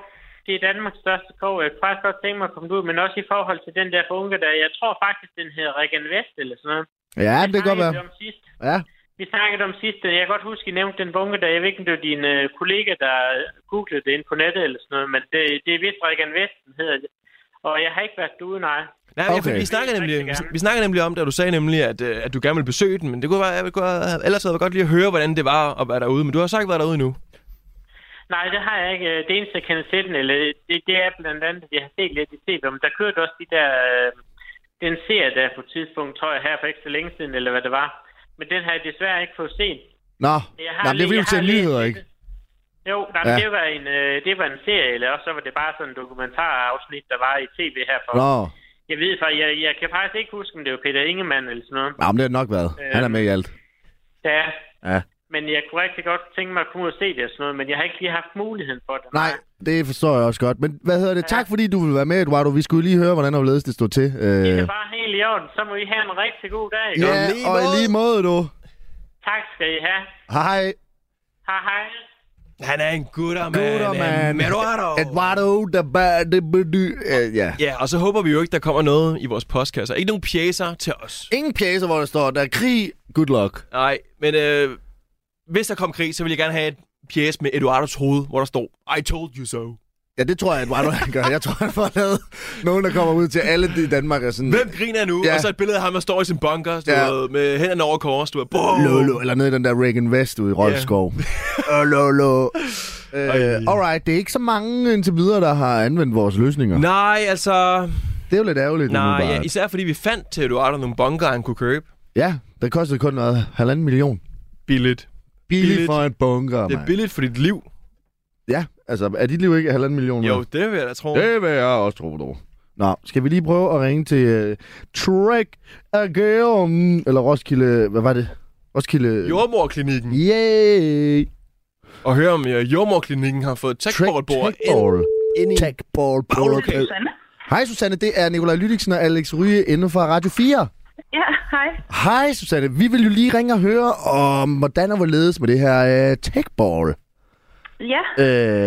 [SPEAKER 7] Det er Danmarks største skov. Jeg kunne faktisk godt tænke mig at komme ud, men også i forhold til den der bunker der. Jeg tror faktisk, den hedder Regan Vest eller sådan noget.
[SPEAKER 3] Ja, det kan godt
[SPEAKER 7] snakkede vi
[SPEAKER 3] være.
[SPEAKER 7] om sidst.
[SPEAKER 3] Ja.
[SPEAKER 7] Vi snakkede om sidste, jeg kan godt huske, I nævnte den bunke, der jeg ved ikke, om det var dine øh, kollega, der googlede det inde på nettet eller sådan noget, men det, det er vist Regan Vesten hedder det. Og jeg har ikke været derude, nej.
[SPEAKER 4] Nej, okay.
[SPEAKER 3] Okay.
[SPEAKER 4] jeg, vi, snakker nemlig,
[SPEAKER 7] Rigtig
[SPEAKER 4] vi,
[SPEAKER 7] gerne.
[SPEAKER 4] vi snakker nemlig om det, og du sagde nemlig, at, øh, at du gerne ville besøge den, men det kunne være, jeg kunne have, ellers havde jeg godt lige at høre, hvordan det var at være derude, men du har så ikke været derude endnu.
[SPEAKER 7] Nej, det har jeg ikke. Øh, Det eneste, jeg kender til den, eller det, det er blandt andet, at jeg har set lidt i tv, men der kørte også de der, øh, den serie der på et tidspunkt, tror jeg, her for ikke så længe siden, eller hvad det var. Men den har jeg desværre ikke fået set.
[SPEAKER 3] Nå,
[SPEAKER 7] Jeg har
[SPEAKER 3] Nå men det er fordi,
[SPEAKER 7] lige-
[SPEAKER 3] du ser
[SPEAKER 7] jeg har lige-
[SPEAKER 3] nyheder, ikke?
[SPEAKER 7] Jo, nej,
[SPEAKER 3] Ja.
[SPEAKER 7] ja. det, var en, øh, det var en serie, eller også så var det bare sådan en dokumentarafsnit, der var i tv her for
[SPEAKER 3] Nå,
[SPEAKER 7] Jeg ved faktisk, jeg, jeg kan faktisk ikke huske, om det var Peter Ingemann eller sådan noget.
[SPEAKER 3] Nå men det har det nok været. Han er med i alt.
[SPEAKER 7] Ja,
[SPEAKER 3] Ja.
[SPEAKER 7] men jeg kunne rigtig godt tænke mig at komme ud og se det og sådan noget, men jeg har ikke lige haft muligheden for det.
[SPEAKER 3] Nej, det forstår jeg også godt. Men hvad hedder det? Tak fordi du vil være med, Eduardo. Vi skulle lige høre, hvordan overledes det stod til.
[SPEAKER 7] Det
[SPEAKER 3] Øh,
[SPEAKER 7] er bare helt i orden. Så må I have en rigtig god dag. ikke?
[SPEAKER 3] ja,
[SPEAKER 4] lige
[SPEAKER 3] og i
[SPEAKER 4] måde.
[SPEAKER 3] lige måde, du.
[SPEAKER 7] Tak skal I have.
[SPEAKER 3] Hej,
[SPEAKER 7] Hej hej.
[SPEAKER 4] Han er en gutter, mand.
[SPEAKER 3] gutter,
[SPEAKER 4] En
[SPEAKER 3] man.
[SPEAKER 4] øh, Eduardo.
[SPEAKER 3] Eduardo, der bare... det be- dy- Øh, Ja.
[SPEAKER 4] Ja, og så håber vi jo ikke, der kommer noget i vores postkasser. Ikke nogen pjæser til os.
[SPEAKER 3] Ingen pjæser, hvor der står, der er krig. Good luck.
[SPEAKER 4] Nej, men øh, hvis der kom krig, så vil jeg gerne have et pjæs med Eduardos hoved, hvor der står, I told you so.
[SPEAKER 3] Ja, det tror jeg, Eduardo han gør. Jeg tror, han får lavet nogen, der kommer ud til alle i Danmark og sådan...
[SPEAKER 4] Hvem griner nu? Ja.
[SPEAKER 3] Ja.
[SPEAKER 4] Og så et billede af ham, der står i sin bunker, du
[SPEAKER 3] Ja.
[SPEAKER 4] ved, med hænderne over kors, du er,
[SPEAKER 3] Lolo, eller nede i den der Reagan West ude i Rolfskov. Yeah. Lolo. Øh, alright, det er ikke så mange indtil videre, der har anvendt vores løsninger.
[SPEAKER 4] Nej, altså...
[SPEAKER 3] Det er jo lidt ærgerligt.
[SPEAKER 4] Nej,
[SPEAKER 3] umiddelbart.
[SPEAKER 4] ja, især fordi vi fandt til Eduardo nogle bunker, han kunne købe.
[SPEAKER 3] Ja, det kostede kun noget halvanden million.
[SPEAKER 4] Billigt.
[SPEAKER 3] Billigt,
[SPEAKER 4] Billigt.
[SPEAKER 3] for et bunker,
[SPEAKER 4] Det er
[SPEAKER 3] mand.
[SPEAKER 4] billigt for dit liv.
[SPEAKER 3] Ja, altså, er dit liv ikke halvanden million?
[SPEAKER 4] Jo,
[SPEAKER 3] værd?
[SPEAKER 4] det vil jeg da tro.
[SPEAKER 3] Det vil jeg også tro, dog. Nå, skal vi lige prøve at ringe til uh, Trek Agaum, eller Roskilde, hvad var det? Roskilde...
[SPEAKER 4] Jordmorklinikken.
[SPEAKER 3] Yay!
[SPEAKER 4] Og høre om øh, jordmorklinikken har fået techboard-bord ind,
[SPEAKER 3] Techball.
[SPEAKER 4] ind i...
[SPEAKER 3] Techball. Protocol.
[SPEAKER 6] Susanne?
[SPEAKER 3] Hej Susanne, det er Nikolaj Lydiksen og Alex Ryge inde fra Radio 4.
[SPEAKER 6] Ja, hej.
[SPEAKER 3] Hej Susanne, vi vil jo lige ringe og høre om, hvordan og hvorledes med det her uh, Techball.
[SPEAKER 6] Ja,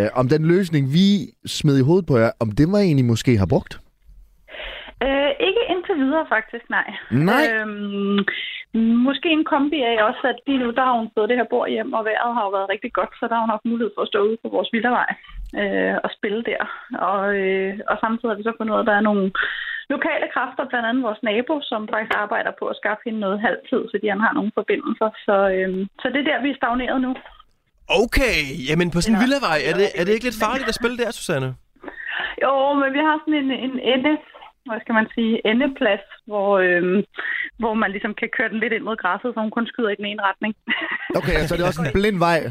[SPEAKER 3] øh, om den løsning, vi smed i hovedet på jer, om det var egentlig måske har brugt.
[SPEAKER 6] øh, ikke indtil videre faktisk, nej.
[SPEAKER 3] Nej.
[SPEAKER 6] Øhm, måske en kombi af også, at lige nu, der har hun fået det her bord hjem, og vejret har jo været rigtig godt, så der har hun haft mulighed for at stå ude på vores vildervej øh, og spille der. Og, øh, og samtidig har vi så fundet ud af, at der er nogle lokale kræfter, blandt andet vores nabo, som faktisk arbejder på at skaffe hende noget halvtid, så de han har nogle forbindelser. Så, øh, så det er der, vi er stagneret nu.
[SPEAKER 4] Okay, jamen på sådan en
[SPEAKER 6] Ja.
[SPEAKER 4] villavej, er det, er det ikke lidt farligt at spille der, Susanne?
[SPEAKER 6] Jo, men vi har sådan en, en ende, hvad skal man sige, endeplads, hvor, øhm, hvor man ligesom kan køre den lidt ind mod græsset, så hun kun skyder i den ene retning.
[SPEAKER 3] Okay, så er det også en blind vej.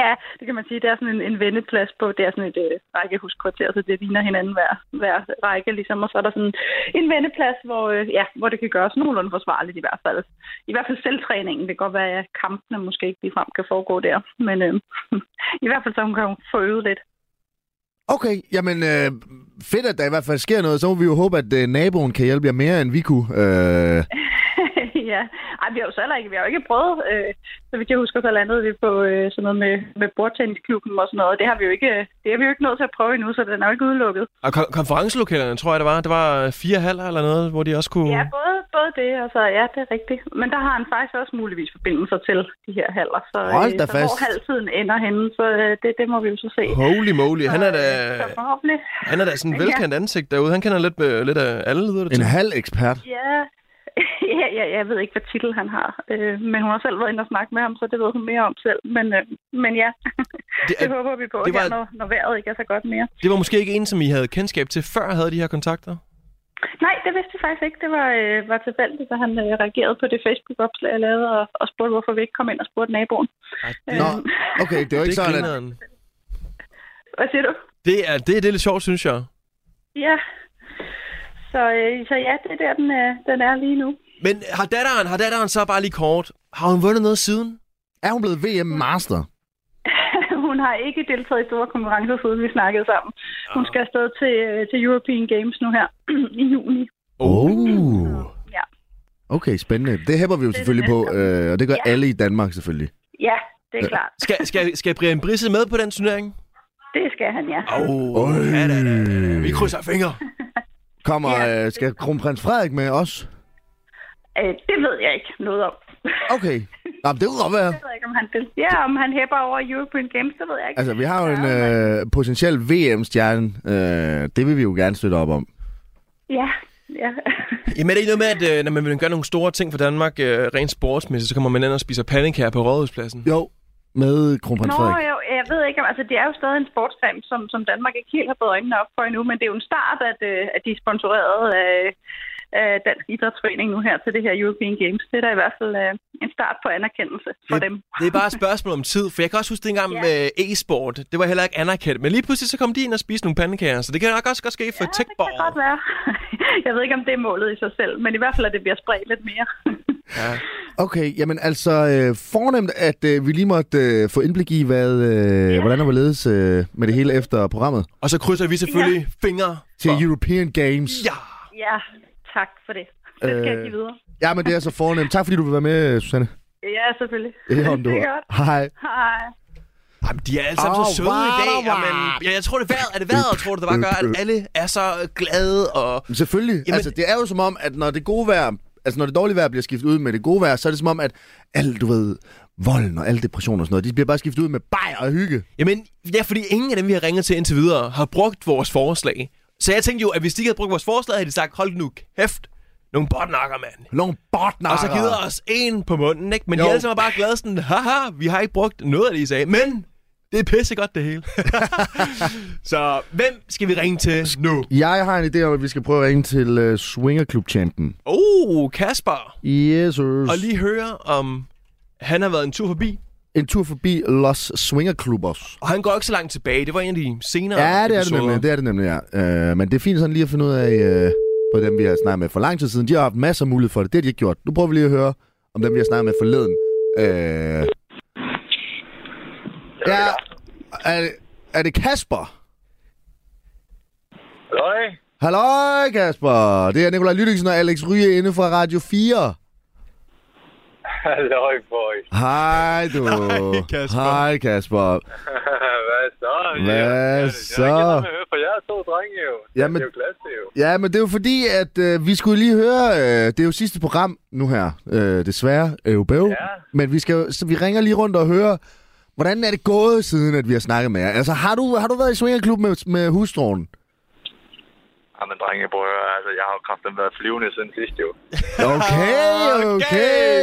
[SPEAKER 6] Ja, det kan man sige. Det er sådan en, en vendeplads på, det er sådan et øh, rækkehuskvarter, så det ligner hinanden hver, hver række, ligesom. Og så er der sådan en vendeplads, hvor, øh, ja, hvor det kan gøres nogenlunde forsvarligt i hvert fald. I hvert fald selvtræningen. Det kan godt være, at kampene måske ikke ligefrem kan foregå der. Men øh, i hvert fald så hun kan hun få øvet lidt.
[SPEAKER 3] Okay, jamen øh, fedt, at der i hvert fald sker noget. Så må vi jo håbe, at øh, naboen kan hjælpe jer mere, end vi kunne. Øh,
[SPEAKER 6] ja. Ej, vi har jo så heller ikke, vi har jo ikke prøvet, øh, så vidt jeg husker, så landede vi på øh, sådan noget med, med bordtennisklubben og sådan noget. Det har vi jo ikke, øh, det har vi jo ikke nået til at prøve endnu, så den er jo ikke udelukket.
[SPEAKER 4] Og kon- konferencelokalerne, tror jeg, det var. Det var øh, fire haller eller noget, hvor de også kunne...
[SPEAKER 6] Ja, både, både det, og så ja, det er rigtigt. Men der har han faktisk også muligvis forbindelser til de her haller. Så, øh,
[SPEAKER 3] Hold da
[SPEAKER 6] så
[SPEAKER 3] fast.
[SPEAKER 6] hvor halvtiden ender henne, så øh, det, det må vi jo så se.
[SPEAKER 4] Holy moly, han er da,
[SPEAKER 5] øh,
[SPEAKER 6] Så forhåbentlig.
[SPEAKER 4] han er da sådan en velkendt ansigt derude. Han kender lidt, øh, lidt af alle, lyder det
[SPEAKER 3] en
[SPEAKER 4] til.
[SPEAKER 3] halv ekspert.
[SPEAKER 6] Ja, ja, ja, jeg ved ikke, hvad titel han har. Øh, men hun har selv været inde og snakke med ham, så det ved hun mere om selv. Men, øh, men ja,
[SPEAKER 4] Det,
[SPEAKER 6] det
[SPEAKER 4] er,
[SPEAKER 6] håber vi på,
[SPEAKER 4] det
[SPEAKER 6] det
[SPEAKER 4] var-
[SPEAKER 6] var... her, når, når vejret ikke er så godt mere.
[SPEAKER 4] det var måske ikke en, som I havde kendskab til, før havde de her kontakter.
[SPEAKER 6] Nej, det vidste jeg faktisk ikke. Det var, øh, var tilfældigt, da han øh, reagerede på det Facebook-opslag, jeg lavede, og, og spurgte, hvorfor vi ikke kom ind og spurgte naboen. Øhm,
[SPEAKER 4] Ej, det,
[SPEAKER 3] Nå, okay, det var ikke
[SPEAKER 4] det,
[SPEAKER 3] sådan, at...
[SPEAKER 4] grineren.
[SPEAKER 6] Hvad siger du?
[SPEAKER 4] det, er, det, er, det er lidt sjovt, synes jeg.
[SPEAKER 6] Ja. Så, øh, så ja, det er der, den, øh, den er lige nu.
[SPEAKER 4] Men har datteren, har datteren så bare lige kort, har hun vundet noget siden?
[SPEAKER 3] Er hun blevet VM-master?
[SPEAKER 6] Hun har ikke deltaget i store konkurrencer, siden vi snakkede sammen. Hun skal afsted til, øh, til European Games nu her i juni.
[SPEAKER 3] Oh.
[SPEAKER 6] Ja.
[SPEAKER 3] Okay, spændende. Det hæpper vi jo selvfølgelig på, øh, og det gør
[SPEAKER 6] Ja.
[SPEAKER 3] alle i Danmark selvfølgelig.
[SPEAKER 6] Ja, det er klart.
[SPEAKER 4] Skal, skal, skal Brian Brisse med på den turnering?
[SPEAKER 6] Det skal han, ja.
[SPEAKER 4] Åh, oh, ja, da, da, da. vi krydser fingre.
[SPEAKER 3] Kommer,
[SPEAKER 6] Ja.
[SPEAKER 3] øh, skal kronprins Frederik med os?
[SPEAKER 6] Øh, det ved jeg ikke noget om.
[SPEAKER 3] Okay. Nå, men det kunne godt være.
[SPEAKER 6] Jeg ved ikke, om han, del- ja, om han hæpper over European Games, det ved jeg ikke.
[SPEAKER 3] Altså, vi har jo en
[SPEAKER 6] Ja,
[SPEAKER 3] øh, potentiel VM-stjerne. Øh, det vil vi jo gerne støtte op om.
[SPEAKER 6] Ja, ja.
[SPEAKER 4] Jamen, er det ikke noget med, at øh, når man vil gøre nogle store ting for Danmark, øh, rent sportsmæssigt, så kommer man ind og spiser pandekager på Rådhuspladsen?
[SPEAKER 3] Jo, med kronprins
[SPEAKER 6] Nå,
[SPEAKER 3] Frederik.
[SPEAKER 6] jo, jeg ved ikke, om- altså det er jo stadig en sportsgren, som, som Danmark ikke helt har fået øjnene op for endnu, men det er jo en start, at, øh, at de er sponsoreret af, af Dansk Idrætsforening nu her til det her European Games. Det er da i hvert fald øh, en start på anerkendelse for
[SPEAKER 4] Det-
[SPEAKER 6] dem.
[SPEAKER 4] Det er bare et spørgsmål om tid, for jeg kan også huske dengang
[SPEAKER 6] Ja.
[SPEAKER 4] med e-sport. Det var heller ikke anerkendt, men lige pludselig så kom de ind og spiste nogle pandekager, så det kan nok også godt ske for
[SPEAKER 6] Ja, det kan godt
[SPEAKER 4] Techborg.
[SPEAKER 6] være. Jeg ved ikke, om det er målet i sig selv, men i hvert fald, at det bliver spredt lidt mere.
[SPEAKER 3] Okay, jamen altså øh, fornemt, at øh, vi lige måtte øh, få indblik i, hvad, øh, ja. hvordan og hvorledes øh, med det hele efter programmet.
[SPEAKER 4] Og så krydser vi selvfølgelig fingre.
[SPEAKER 3] Til European Games.
[SPEAKER 4] Ja,
[SPEAKER 6] Ja, tak for det. Det skal
[SPEAKER 4] Øh.
[SPEAKER 6] jeg give videre.
[SPEAKER 3] Ja, men det er så fornemt. Tak fordi du vil være med, Susanne.
[SPEAKER 6] Ja, selvfølgelig.
[SPEAKER 3] Det er om du.
[SPEAKER 6] Det er godt.
[SPEAKER 3] Hej.
[SPEAKER 6] Hej.
[SPEAKER 4] Jamen, de er alle sammen
[SPEAKER 3] Åh,
[SPEAKER 4] så søde i dag.
[SPEAKER 3] wow, wow.
[SPEAKER 4] Jamen, ja, jeg tror, det er vejret, er det vejret, tror du, det bare gør, at alle er så glade og...
[SPEAKER 3] Men Selvfølgelig.
[SPEAKER 4] Jamen-
[SPEAKER 3] Jamen... Altså, det er jo som om, at når det gode vejr, altså når det dårlige vejr bliver skiftet ud med det gode vejr, så er det som om, at alle, du ved, volden og alle depressioner og sådan noget, de bliver bare skiftet ud med bajer og hygge.
[SPEAKER 4] Jamen, ja, fordi ingen af dem, vi har ringet til indtil videre, har brugt vores forslag. Så jeg tænkte jo, at hvis de ikke havde brugt vores forslag, havde de sagt, hold nu kæft, nogle botnakker, mand.
[SPEAKER 3] Nogle botnakker.
[SPEAKER 4] Og så gider os en på munden, ikke? Men jo.
[SPEAKER 3] Jo.
[SPEAKER 4] de alle sammen er bare glade sådan, haha, vi har ikke brugt noget af det, I sagde, men det er pissegodt det hele. så hvem skal vi ringe til nu?
[SPEAKER 3] Jeg har en idé om, at vi skal prøve at ringe til uh, Swingerklub-champen.
[SPEAKER 4] Oh, Kasper.
[SPEAKER 3] Jesus.
[SPEAKER 4] Og lige høre, om han har været en tur forbi.
[SPEAKER 3] En tur forbi Los Swingerklubbers.
[SPEAKER 4] Og han går ikke så langt tilbage. Det var en af de senere
[SPEAKER 3] Ja, det er det
[SPEAKER 4] episoder.
[SPEAKER 3] nemlig. Det er det nemlig, ja. Øh, men det er fint sådan lige at finde ud af, øh, på dem vi har snakket med for lang tid siden. De har haft masser af mulighed for det. Det har de ikke gjort. Nu prøver vi lige at høre, om dem vi har snakket med forleden. Øh... Ja, er, det- er det Kasper?
[SPEAKER 7] Halløj.
[SPEAKER 3] Halløj, Kasper. Det er Nikolaj Lydingsen og Alex Ryge inde fra Radio 4.
[SPEAKER 7] Halløj, boys.
[SPEAKER 3] Hej, du.
[SPEAKER 4] Hej, Kasper.
[SPEAKER 3] Hej, Kasper.
[SPEAKER 7] Hvad så?
[SPEAKER 3] Hvad så?
[SPEAKER 7] Jeg er med at høre fra jer to drenge, jo.
[SPEAKER 3] Jamen-
[SPEAKER 7] Det er jo klasse, jo.
[SPEAKER 3] Ja, men det er jo fordi, at øh, vi skulle lige høre, øh, det er jo sidste program nu her, øh, desværre, øh, bøv. Ja. Men vi, skal, jo- så vi ringer lige rundt og hører, hvordan er det gået, siden at vi har snakket med jer? Altså, har du, har du været i swingerklub med, med hustruen?
[SPEAKER 7] Jamen, drenge, prøv at høre. Altså, jeg har jo kraften været flyvende siden sidst, jo.
[SPEAKER 3] Okay, okay.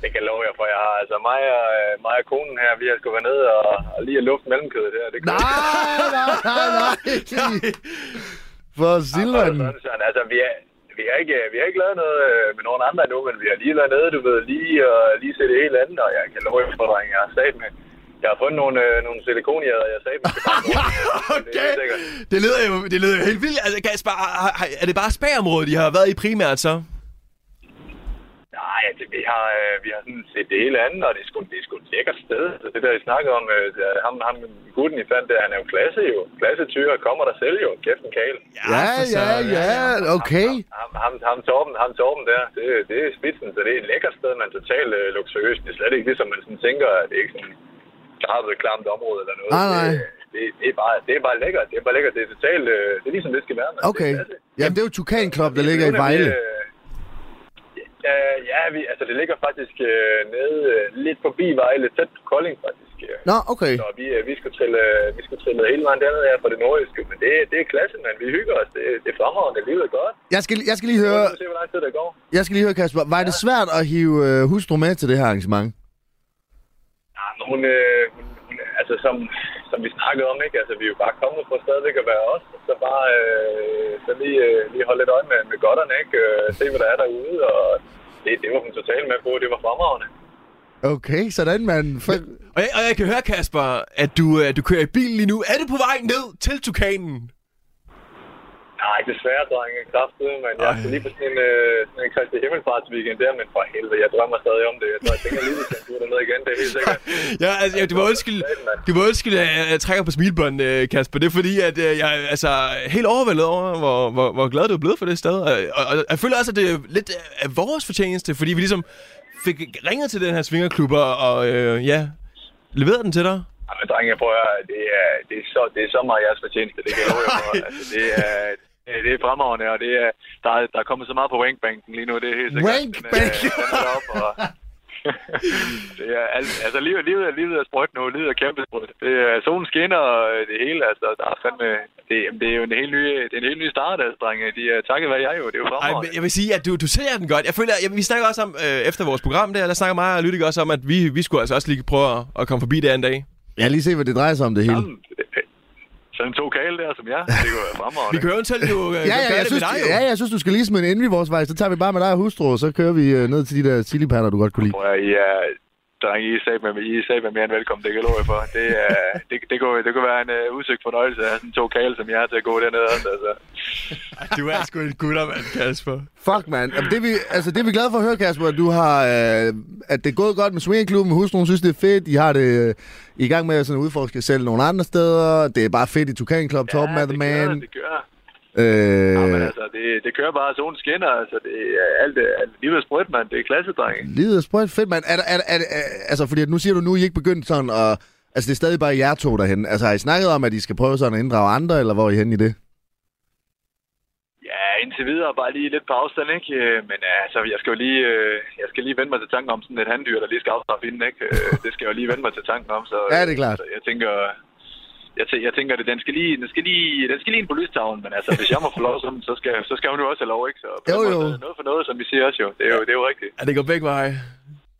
[SPEAKER 7] Det kan jeg love jer for, jeg har. Altså, mig og, øh, mig og konen her, vi har sgu været ned og, og lige at lufte mellemkødet her. Det
[SPEAKER 3] Nej, nej, nej, nej. For
[SPEAKER 7] Ja,
[SPEAKER 3] Silvan.
[SPEAKER 7] sådan, sådan. Altså, vi er,
[SPEAKER 8] vi har ikke, vi har ikke lavet noget øh, med nogen andre endnu, men vi har lige lavet noget, du ved, lige og lige set det hele andet, og jeg kan love jer for, drenge, jeg har sat med. Jeg har fundet nogle, øh, nogle silikonier, jeg sagde dem. skal bare bruge. Det er
[SPEAKER 4] okay.
[SPEAKER 8] helt sikkert.
[SPEAKER 4] Det lyder jo, det lyder jo helt vildt. Altså, Kasper, har- har- er det bare spagområdet, I har været i primært så?
[SPEAKER 8] Nej, altså, vi har, øh, vi har sådan set det hele andet, og det er sgu, det er sgu et lækkert sted. Så det der, I snakker om, øh, der- ham, ham gutten, I fandt der, han er jo klasse jo. Klassetyre kommer der selv jo. Kæft en kale.
[SPEAKER 3] Ja,
[SPEAKER 4] for
[SPEAKER 3] ja,
[SPEAKER 4] søren.
[SPEAKER 3] ja, okay.
[SPEAKER 8] Ham, ham, ham, Torben, ham Torben der, det, det er spidsen, så det er et lækkert sted, man er totalt øh, luksuriøst. Det er slet ikke det, som man sådan tænker, at det er ikke sådan klaret klamt område eller noget.
[SPEAKER 3] Nej, nej.
[SPEAKER 8] Det, det, det, er bare, det er bare lækkert. Det er bare lækkert. Det er totalt, øh, det er ligesom det skal være. Man.
[SPEAKER 3] Okay.
[SPEAKER 8] Det er klasse.
[SPEAKER 3] Jamen, det er jo Tukan Club, der
[SPEAKER 8] Vi
[SPEAKER 3] ligger i
[SPEAKER 8] flyver nemlig,
[SPEAKER 3] Vejle.
[SPEAKER 8] øh, Ja, ja vi, altså det ligger faktisk øh, nede øh, lidt forbi Vejle, tæt på Kolding faktisk. øh.
[SPEAKER 3] Nå, okay.
[SPEAKER 8] Så vi, øh, vi skal trille, øh, vi skal trille hele vejen dernede her fra det nordjyske, men det, det er klasse, man. Vi hygger os. Det, det er fremragende, det lyder godt.
[SPEAKER 3] Jeg skal, jeg skal lige
[SPEAKER 8] Så
[SPEAKER 3] høre,
[SPEAKER 8] må vi se, hvor lang tid der går.
[SPEAKER 3] jeg skal lige høre Kasper, var det svært at hive øh, hustru med til det her arrangement?
[SPEAKER 8] Ja, men hun, øh, hun, hun, altså som, som vi snakkede om, ikke? Altså, vi er jo bare kommet for stadigvæk at være os, og så bare øh, så lige, øh, lige holde lidt øje med, med godterne, ikke? Øh, se, hvad der er derude, og det, det var hun totalt med på. Det var fremragende.
[SPEAKER 3] Okay, sådan man...
[SPEAKER 4] Og jeg, og jeg kan høre, Kasper, at du, øh, du kører i bil lige nu. Er du på vej ned til Tukanen?
[SPEAKER 8] Nej, desværre, drenge. Kraftede, men jeg skal lige på sådan en, øh, sådan en Kristi Himmelfarts weekend der, men for helvede, jeg drømmer stadig om det. Jeg tror, jeg tænker lige, hvis jeg skulle derned igen, det er helt sikkert.
[SPEAKER 4] Ja, altså, ja, du må undskylde, du må undskylde at jeg- jeg trækker på smilbånd, øh, Kasper. Det er fordi, at øh, jeg er altså, helt overvældet over, hvor, hvor, hvor glad du er blevet for det sted. Og, og, og jeg føler også, at det er lidt af vores fortjeneste, fordi vi ligesom fik ringet til den her svingerklub og- og øh, ja, leverede den til dig.
[SPEAKER 8] Ej, men drenge, jeg prøver, det er, det, er så, det er så meget jeres fortjeneste, det kan jeg love jer for. Altså, det er, det er fremragende, og det er, der, er- der er kommet så meget på wankbanken lige nu, det er helt sikkert.
[SPEAKER 3] Wankbanken?
[SPEAKER 8] Den er, den er op, og det er, alt- altså, livet, livet, er, livet er sprødt nu, livet er kæmpe sprødt. Det er, solen skinner og det hele, altså, der er fandme, det, jamen, det er jo en helt ny, det er en helt ny start, altså, drenge. De er takket være jer jo, det er jo
[SPEAKER 4] Ej,
[SPEAKER 8] fremragende.
[SPEAKER 4] men jeg vil sige, at du, du sælger den godt. Jeg føler, jeg, vi snakker også om, øh, efter vores program der, der snakker mig og Lydik også om, at vi, vi skulle altså også lige prøve at, at komme forbi der en dag.
[SPEAKER 3] Jeg lige se, hvad det drejer sig om det hele.
[SPEAKER 8] Sådan, sådan to kale der, som jeg, det kunne være fremragende.
[SPEAKER 4] Vi kan jo eventuelt jo øh,
[SPEAKER 3] Ja,
[SPEAKER 4] gøre
[SPEAKER 3] ja, jeg
[SPEAKER 4] det
[SPEAKER 3] synes,
[SPEAKER 4] med dig jo.
[SPEAKER 3] ja, jeg synes, du skal lige smide en envy vores vej, så tager vi bare med dig og hustru, og så kører vi øh, ned til de der chilipander, du godt kunne lide.
[SPEAKER 8] Prøv at, I er, drenge, I er sat med, I er sat med mere end velkommen, det kan jeg love jer for. Det, er, det, det, kunne, det kunne være en uh, udsøgt fornøjelse at have sådan to kale, som jeg har til at gå dernede også. Altså.
[SPEAKER 4] Du er sgu en guttermand, Kasper.
[SPEAKER 3] Fuck, man. Jamen, det, er vi, altså, det er vi glade for at høre, Kasper. at Du har, øh, at det er gået godt med swingerklubben. Hustruen synes, det er fedt. I har det øh, I er i gang med at sådan, udforske selv nogle andre steder. Det er bare fedt i Tukan Club. Ja, Torben er the
[SPEAKER 8] det
[SPEAKER 3] man.
[SPEAKER 8] Kører, det kører. Ja, men
[SPEAKER 3] Øh,
[SPEAKER 8] altså, det, det kører bare, solen skinner, altså, det er alt, er- alt livet er sprødt, mand. Det er klasse, drenge.
[SPEAKER 3] livet er sprødt fedt, man. Er, der- er, der- er, er, altså, fordi at nu siger du, nu er I ikke begyndt sådan at... Altså, det er stadig bare jer to derhen. Altså, har I snakket om, at I skal prøve sådan at inddrage andre, eller hvor er I henne i det?
[SPEAKER 8] Ja, indtil videre bare lige lidt på afstand, ikke? Øh, Men ja, altså, jeg skal jo lige, øh, jeg skal lige vende mig til tanken om sådan et handdyr, der lige skal afstraffe inden, ikke? Øh, Det skal jeg jo lige vende mig til tanken om, så...
[SPEAKER 3] Ja, det er klart.
[SPEAKER 8] Så jeg tænker... Jeg, tæ- jeg tænker, at den skal lige, den skal lige, den skal lige ind på lystavlen, men altså, hvis jeg må få lov, så, så, skal, så skal hun jo også have lov, ikke? Så på
[SPEAKER 3] Jo,
[SPEAKER 8] den
[SPEAKER 3] jo.
[SPEAKER 8] Måde, noget for noget, som vi siger også jo. Det er jo, det er jo rigtigt.
[SPEAKER 4] Ja, det går begge veje.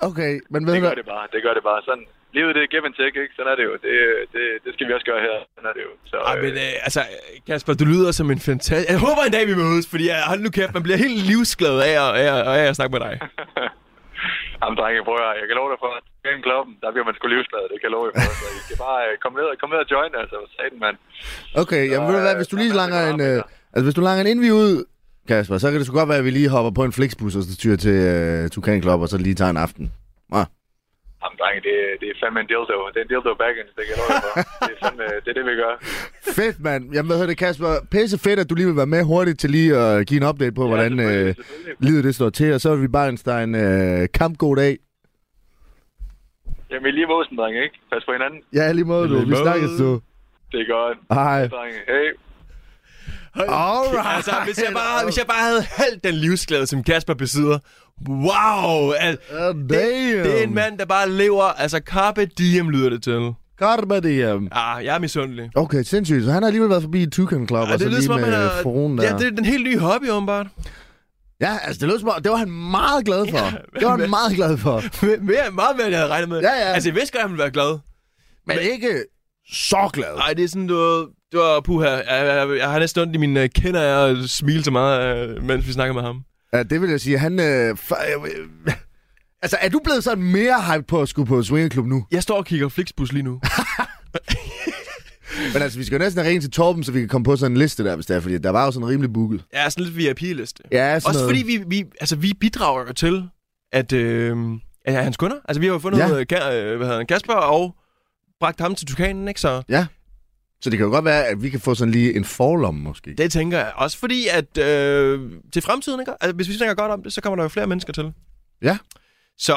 [SPEAKER 3] Okay, men ved
[SPEAKER 8] Det
[SPEAKER 3] du
[SPEAKER 8] gør det bare, det gør det bare. Sådan, livet det er give and take, ikke? Sådan er det jo. Det, det, det skal vi også gøre her. Sådan er det jo. Så,
[SPEAKER 4] Ej, men
[SPEAKER 8] øh,
[SPEAKER 4] øh, altså, Kasper, du lyder som en fantastisk... Jeg håber en dag, vi mødes, fordi øh, hold nu kæft, man bliver helt livsglad af at, af, af, af at snakke med dig.
[SPEAKER 8] Jamen, drenge, prøv at høre. jeg kan love dig for, at gennem kloppen, der bliver man sgu livsladet, det kan jeg love jer for. Så I skal bare øh, komme ned, kom ned og join, altså, for satan, mand.
[SPEAKER 3] Okay, jamen ved du hvad,
[SPEAKER 8] øh,
[SPEAKER 3] hvis du
[SPEAKER 8] der er
[SPEAKER 3] lige
[SPEAKER 8] masser, der
[SPEAKER 3] langer en,
[SPEAKER 8] går arbejde
[SPEAKER 3] øh, altså, hvis du langer en indvi ud, Kasper, så kan det sgu godt være, at vi lige hopper på en flixbus, og så tyrer til øh, Tukan Club, og så lige tager en aften. Ah.
[SPEAKER 8] Jamen, drenge, det, det er fandme en dildo. Det er en dildo baggins, det kan jeg love jer for. Det er fandme, det er det, vi gør.
[SPEAKER 3] Fedt, mand. Jamen, hvad hedder det, Kasper? Pisse fedt, at du lige vil være med hurtigt til lige at give en update på, hvordan
[SPEAKER 8] selvfølgelig,
[SPEAKER 3] øh,
[SPEAKER 8] selvfølgelig.
[SPEAKER 3] livet det står til, og så vil vi bare ønske dig en øh, kampgod dag.
[SPEAKER 8] Jamen, I er lige måsen, drenge, ikke? Pas på hinanden.
[SPEAKER 3] Ja, i lige måde, du.
[SPEAKER 4] lige
[SPEAKER 3] Vi
[SPEAKER 4] måde.
[SPEAKER 3] snakkes, du.
[SPEAKER 8] Det er godt.
[SPEAKER 3] Hej.
[SPEAKER 8] Drenge, hey.
[SPEAKER 3] Alright.
[SPEAKER 4] Altså, hvis jeg, bare, hvis jeg bare havde halvt den livsglæde, som Kasper besidder, wow! Al,
[SPEAKER 3] Oh, damn.
[SPEAKER 4] det, det er en mand, der bare lever, altså carpe diem lyder det til.
[SPEAKER 3] Karma diem.
[SPEAKER 4] Ah, jeg er misundelig.
[SPEAKER 3] Okay, sindssygt. Så han har alligevel været forbi Tukan Club, og
[SPEAKER 4] det
[SPEAKER 3] så lige med har... der.
[SPEAKER 4] Ja, det er den helt nye hobby, åbenbart.
[SPEAKER 3] Ja, altså det lød som om, det var han meget glad for. Ja, det var han
[SPEAKER 4] men-
[SPEAKER 3] meget glad for.
[SPEAKER 4] mere, meget mere, end jeg havde regnet med.
[SPEAKER 3] Ja, ja.
[SPEAKER 4] Altså, jeg vidste godt, at han ville være glad.
[SPEAKER 3] Men ikke så glad.
[SPEAKER 4] Nej, det er sådan noget... Det var puha. Jeg, jeg, jeg har næsten ondt i mine øh, kender og smile så meget, øh, mens vi snakker med ham.
[SPEAKER 3] Ja, det vil jeg sige. Han, øh, for, øh, altså, er du blevet sådan mere hype på at skulle på swingerklub nu?
[SPEAKER 4] Jeg står og kigger Flixbus lige nu.
[SPEAKER 3] Men altså, vi skal jo næsten have ringet til Torben, så vi kan komme på sådan en liste der, hvis det er, fordi der var jo sådan rimelig booket.
[SPEAKER 4] Jeg er sådan lidt VIP-liste.
[SPEAKER 3] Ja, sådan
[SPEAKER 4] Også
[SPEAKER 3] noget.
[SPEAKER 4] fordi vi, vi, altså, vi bidrager jo til, at, øh, at hans kunder... Altså, vi har jo fundet
[SPEAKER 3] Ja.
[SPEAKER 4] ja. øh, Ka- øh, hvad hedder han, Kasper og bragt ham til Tukanen, ikke? Så
[SPEAKER 3] Så det kan jo godt være, at vi kan få sådan lige en forlomme, måske.
[SPEAKER 4] det tænker jeg. Også fordi, at øh, til fremtiden, ikke? Altså, hvis vi snakker godt om det, så kommer der jo flere mennesker til.
[SPEAKER 3] Ja.
[SPEAKER 4] Så...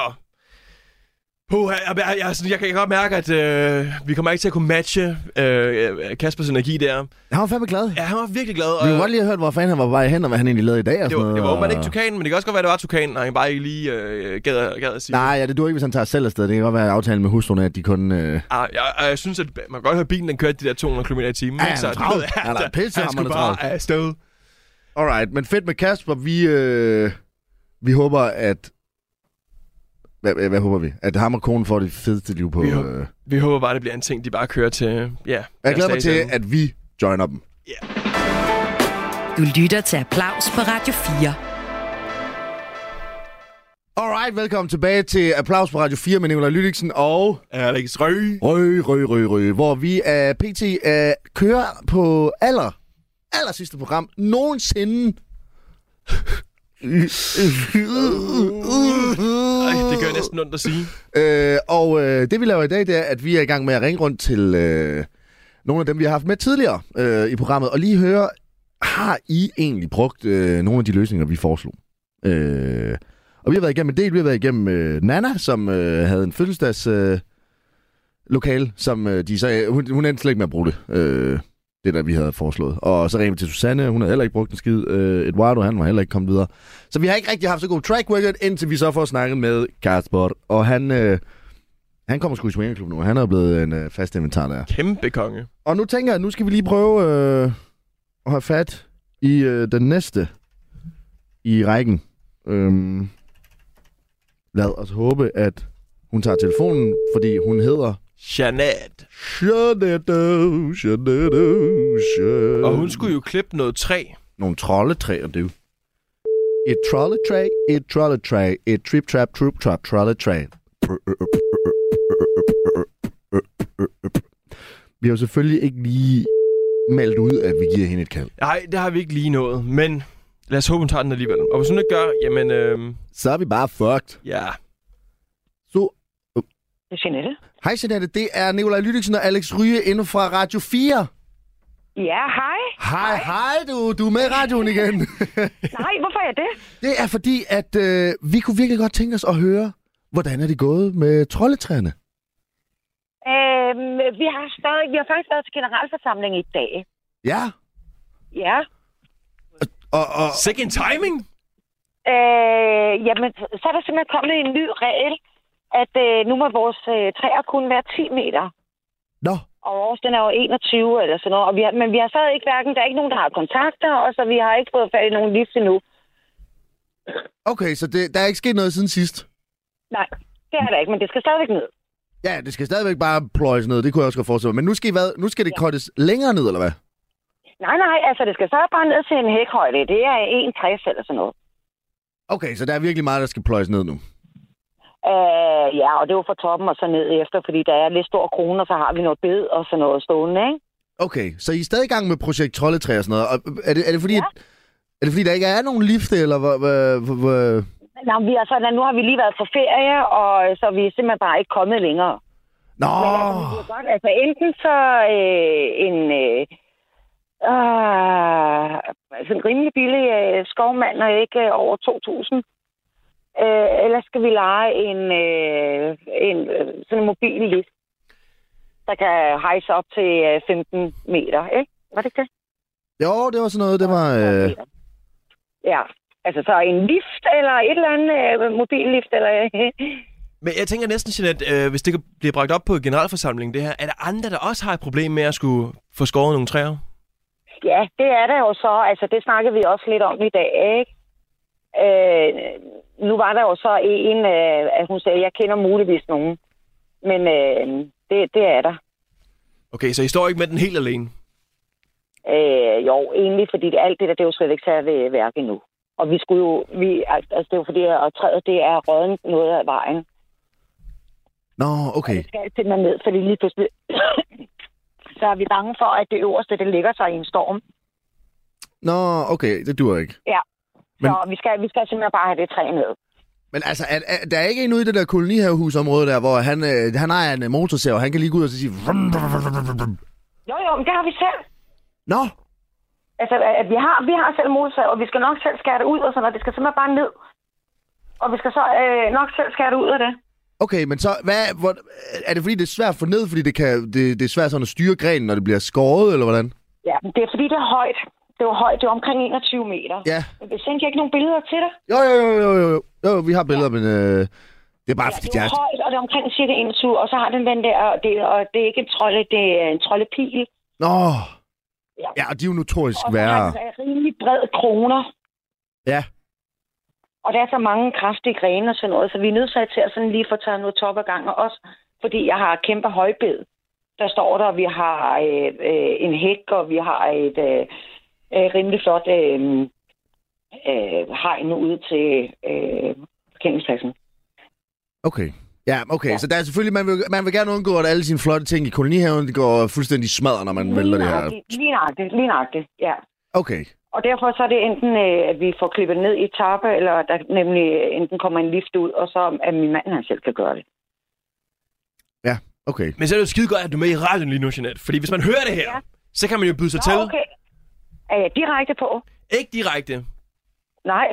[SPEAKER 4] Puh, jeg, jeg, jeg, jeg, jeg kan godt mærke, at øh, vi kommer ikke til at kunne matche øh, Kaspers energi der.
[SPEAKER 3] Han var fandme glad.
[SPEAKER 4] Ja, han var virkelig glad.
[SPEAKER 3] Vi
[SPEAKER 4] og-
[SPEAKER 3] kunne godt lige have hørt, hvor fanden han var på vej hen, og hvad han egentlig lavede i dag. Og
[SPEAKER 4] Det
[SPEAKER 3] sådan
[SPEAKER 4] var,
[SPEAKER 3] noget,
[SPEAKER 4] det var åbenbart
[SPEAKER 3] og-
[SPEAKER 4] ikke tukanen, men det kan også godt være, det var tukanen, og han bare ikke lige øh, gad, gad at sige.
[SPEAKER 3] Nej, ja, det duer ikke, hvis han tager selv afsted. Det kan godt være, at aftalen med hustruen er, at de kun... Øh...
[SPEAKER 4] Ah, jeg, jeg, jeg synes, at man kan godt høre, at bilen den kørte de der 200 km i timen.
[SPEAKER 3] Ja,
[SPEAKER 4] ikke?
[SPEAKER 3] han er
[SPEAKER 4] du
[SPEAKER 3] travl.
[SPEAKER 4] ved,
[SPEAKER 3] Han er
[SPEAKER 4] altså, Han
[SPEAKER 3] pissehamrende
[SPEAKER 4] skulle
[SPEAKER 3] travl.
[SPEAKER 4] bare afsted.
[SPEAKER 3] Alright, men fedt med Kasper. Vi, øh... vi håber, at... Hvad, hvad, hvad håber vi? At ham og konen får det fedeste liv på...
[SPEAKER 4] Vi
[SPEAKER 3] Øh...
[SPEAKER 4] håber- Vi håber bare, det bliver en ting, de bare kører til. Ja,
[SPEAKER 3] Jeg glæder mig til,
[SPEAKER 4] stadig-
[SPEAKER 3] at vi joiner dem.
[SPEAKER 2] Du lytter til Applaus på Radio 4.
[SPEAKER 3] Alright, velkommen tilbage til Applaus på Radio 4 med Nicolai Lydiksen og
[SPEAKER 4] Alex Røg.
[SPEAKER 3] Rø, Rø, Rø, Rø, hvor vi er pt. Øh, kører på aller, aller sidste program nogensinde.
[SPEAKER 4] Ej, det gør næsten ondt at sige.
[SPEAKER 3] Øh, og øh, det vi laver i dag, det er, at vi er i gang med at ringe rundt til øh, nogle af dem, vi har haft med tidligere øh, i programmet, og lige høre, har I egentlig brugt øh, nogle af de løsninger, vi foreslog? Øh, og vi har været igennem en del. Vi har været igennem øh, Nana, som øh, havde en fødselsdags øh, lokal, som øh, de så, øh, hun, hun endte slet ikke med at bruge det. Øh, det der, vi havde foreslået. Og så ringede vi til Susanne, hun havde heller ikke brugt en skid. Øh, Eduardo, han var heller ikke kommet videre. Så vi har ikke rigtig haft så god track record, indtil vi så får snakket med Kasper. Og han, øh, han kommer sgu i swingerklub nu. Han er blevet en øh, fast inventar der.
[SPEAKER 4] Kæmpe konge.
[SPEAKER 3] Og nu tænker jeg, at nu skal vi lige prøve øh, at have fat i øh, den næste i rækken. Øhm, lad os håbe, at hun tager telefonen, fordi hun hedder...
[SPEAKER 4] Janet.
[SPEAKER 3] Jeanette, Jeanette, Jeanette.
[SPEAKER 4] Og hun skulle jo klippe noget træ.
[SPEAKER 3] Nogle trolletræer, du. Et trolletræ, et trolletræ, et trip trap troop trap trolletræ. Vi har jo selvfølgelig ikke lige meldt ud, at vi giver hende et kald.
[SPEAKER 4] Nej, det har vi ikke lige nået, men lad os håbe, hun tager den alligevel. Og hvis hun ikke gør, jamen, øh,
[SPEAKER 3] Så er vi bare fucked.
[SPEAKER 4] ja.
[SPEAKER 3] Så,
[SPEAKER 5] Det er Jeanette.
[SPEAKER 3] hej Jeanette, det er Nikolaj Lydiksen og Alex Ryge inde fra Radio 4.
[SPEAKER 5] Ja, hej.
[SPEAKER 3] Hej, hej du, du er med i radioen igen.
[SPEAKER 5] Nej, hvorfor er jeg det?
[SPEAKER 3] det er fordi, at øh, vi kunne virkelig godt tænke os at høre, hvordan er det gået med trolletræerne?
[SPEAKER 5] Øhm, vi, har stadig, vi har faktisk været til generalforsamling i dag.
[SPEAKER 3] Ja,
[SPEAKER 5] Ja.
[SPEAKER 3] og, og,
[SPEAKER 4] Second timing?
[SPEAKER 5] Øh, jamen, så er der simpelthen kommet en ny regel, at øh, nu må vores øh, træer kun være 10 meter.
[SPEAKER 3] nå,
[SPEAKER 5] Og vores, den er jo 21 eller sådan noget. Og vi har, men vi har stadig ikke hverken, der er ikke nogen, der har kontakter, og så vi har ikke fået fat i nogen livs endnu.
[SPEAKER 3] Okay, så det, der er ikke sket noget siden sidst?
[SPEAKER 5] Nej, det er der ikke, men det skal stadigvæk ned.
[SPEAKER 3] Ja, det skal stadigvæk bare pløjes ned. Det kunne jeg også godt forestille mig. Men nu skal, I hvad? Nu skal det kortes længere ned, eller hvad?
[SPEAKER 5] Nej, nej, altså det skal stadig bare ned til en hækhøjde. Det er 1,60 eller sådan noget.
[SPEAKER 3] Okay, så der er virkelig meget, der skal pløjes ned nu.
[SPEAKER 5] Øh, ja, og det er jo fra toppen og så ned efter, fordi der er lidt stor krone, og så har vi noget bed og sådan noget stående, ikke?
[SPEAKER 3] Okay, så I er stadig i gang med projekt Trolletræ og sådan noget. Og er det, er det fordi, ja. at, er det fordi der ikke er nogen lifte, eller hvad? hvad, hvad, hvad?
[SPEAKER 5] Nå, men vi er sådan, nu har vi lige været på ferie, og så er vi simpelthen bare ikke kommet længere.
[SPEAKER 3] Nå,
[SPEAKER 5] Men altså, vi ved godt, altså enten så øh, en øh, øh, altså en rimelig billig øh, skovmand, og ikke øh, over 2.000. Øh, ellers skal vi lege en, øh, en øh, sådan en mobil lift, der kan hejse op til øh, 15 meter, ikke? Var det ikke det?
[SPEAKER 3] jo, det var sådan noget, det var... Øh,
[SPEAKER 5] Ja, altså så en lift eller et eller andet øh, mobillift eller...
[SPEAKER 4] Men jeg tænker næsten, Jeanette, øh, hvis det kan blive bragt op på generalforsamlingen, det her, er der andre, der også har et problem med at skulle få skåret nogle træer?
[SPEAKER 5] Ja, det er der jo så. Altså, det snakkede vi også lidt om i dag, ikke? Øh, nu var der jo så en, øh, at hun sagde, jeg kender muligvis nogen. Men øh, det, det er der.
[SPEAKER 4] Okay, så I står ikke med den helt alene.
[SPEAKER 5] Øh, jo, egentlig, fordi det, alt det der, det er jo slet ikke særlig ved værk endnu. Og vi skulle jo, vi, altså det er jo fordi, at træet, det er rødden noget af vejen.
[SPEAKER 3] Nå, okay.
[SPEAKER 5] Det skal til man ned, fordi lige pludselig, så er vi bange for, at det øverste, det ligger sig i en storm.
[SPEAKER 3] Nå, okay, det dur ikke.
[SPEAKER 5] Ja.
[SPEAKER 3] Men-
[SPEAKER 5] Men... Så vi skal, vi skal simpelthen bare have det træ ned.
[SPEAKER 3] Men altså, er, er, der er ikke en ude i det der kolonihavehusområde der, hvor han, øh, han ejer en øh, motorsav, og han kan lige gå ud og så sige... Vrum, vrum, vrum, vrum, vrum, vrum.
[SPEAKER 5] Jo, jo, men det har vi selv.
[SPEAKER 3] Nå,
[SPEAKER 5] Altså, at vi har, vi har selv motorsav, og vi skal nok selv skære det ud og sådan noget. Det skal simpelthen bare ned. Og vi skal så øh, nok selv skære det ud af det.
[SPEAKER 3] okay, men så... Hvad, hvor, er det fordi, det er svært at få ned, fordi det, kan, det, det er svært sådan at styre grenen, når det bliver skåret, eller hvordan?
[SPEAKER 5] Ja, men det er fordi, det er højt. Det er jo højt. Det er omkring 21 meter.
[SPEAKER 3] Ja.
[SPEAKER 5] Jeg sendte jeg ikke nogen billeder til dig.
[SPEAKER 3] Jo, jo, jo, jo, jo, jo, jo vi har billeder, men øh, det er bare
[SPEAKER 5] Ja,
[SPEAKER 3] fordi,
[SPEAKER 5] det
[SPEAKER 3] det
[SPEAKER 5] er jo
[SPEAKER 3] er...
[SPEAKER 5] højt, og det er omkring cirka 21, og så har den den der, og det, og det er ikke en trolde, det er en troldepil.
[SPEAKER 3] Nå,
[SPEAKER 5] Ja.
[SPEAKER 3] ja, og de er jo notorisk
[SPEAKER 5] Og så har
[SPEAKER 3] værre.
[SPEAKER 5] den øh, rimelig bred kroner,
[SPEAKER 3] Ja,
[SPEAKER 5] og der er så mange kraftige grene og sådan noget, så vi er nødt til at sådan lige få taget noget top ad gangen også, fordi jeg har kæmpe højbed. Der står der, at vi har øh, øh, en hæk, og vi har et øh, øh, rimelig flot øh, øh, hegn ude til øh, parkeringspladsen.
[SPEAKER 3] okay. Ja, okay, ja. så der er selvfølgelig, man vil, man vil gerne undgå, at alle sine flotte ting i kolonihaven, det går fuldstændig smadret, når man vælter det her.
[SPEAKER 5] Lignagtigt, Lignagtigt, lignagtigt, ja.
[SPEAKER 3] Okay,
[SPEAKER 5] Og derfor så er det enten, øh, at vi får klippet ned i tappe, eller der nemlig øh, enten kommer en lift ud, og så at min mand han selv kan gøre det.
[SPEAKER 3] ja, okay.
[SPEAKER 4] Men så er det jo skide godt, at du er med i radioen lige nu, Jeanette. Fordi hvis man hører det her, ja. så kan man jo byde sig til.
[SPEAKER 5] okay. Er jeg direkte på?
[SPEAKER 4] Ikke direkte,
[SPEAKER 5] Nej.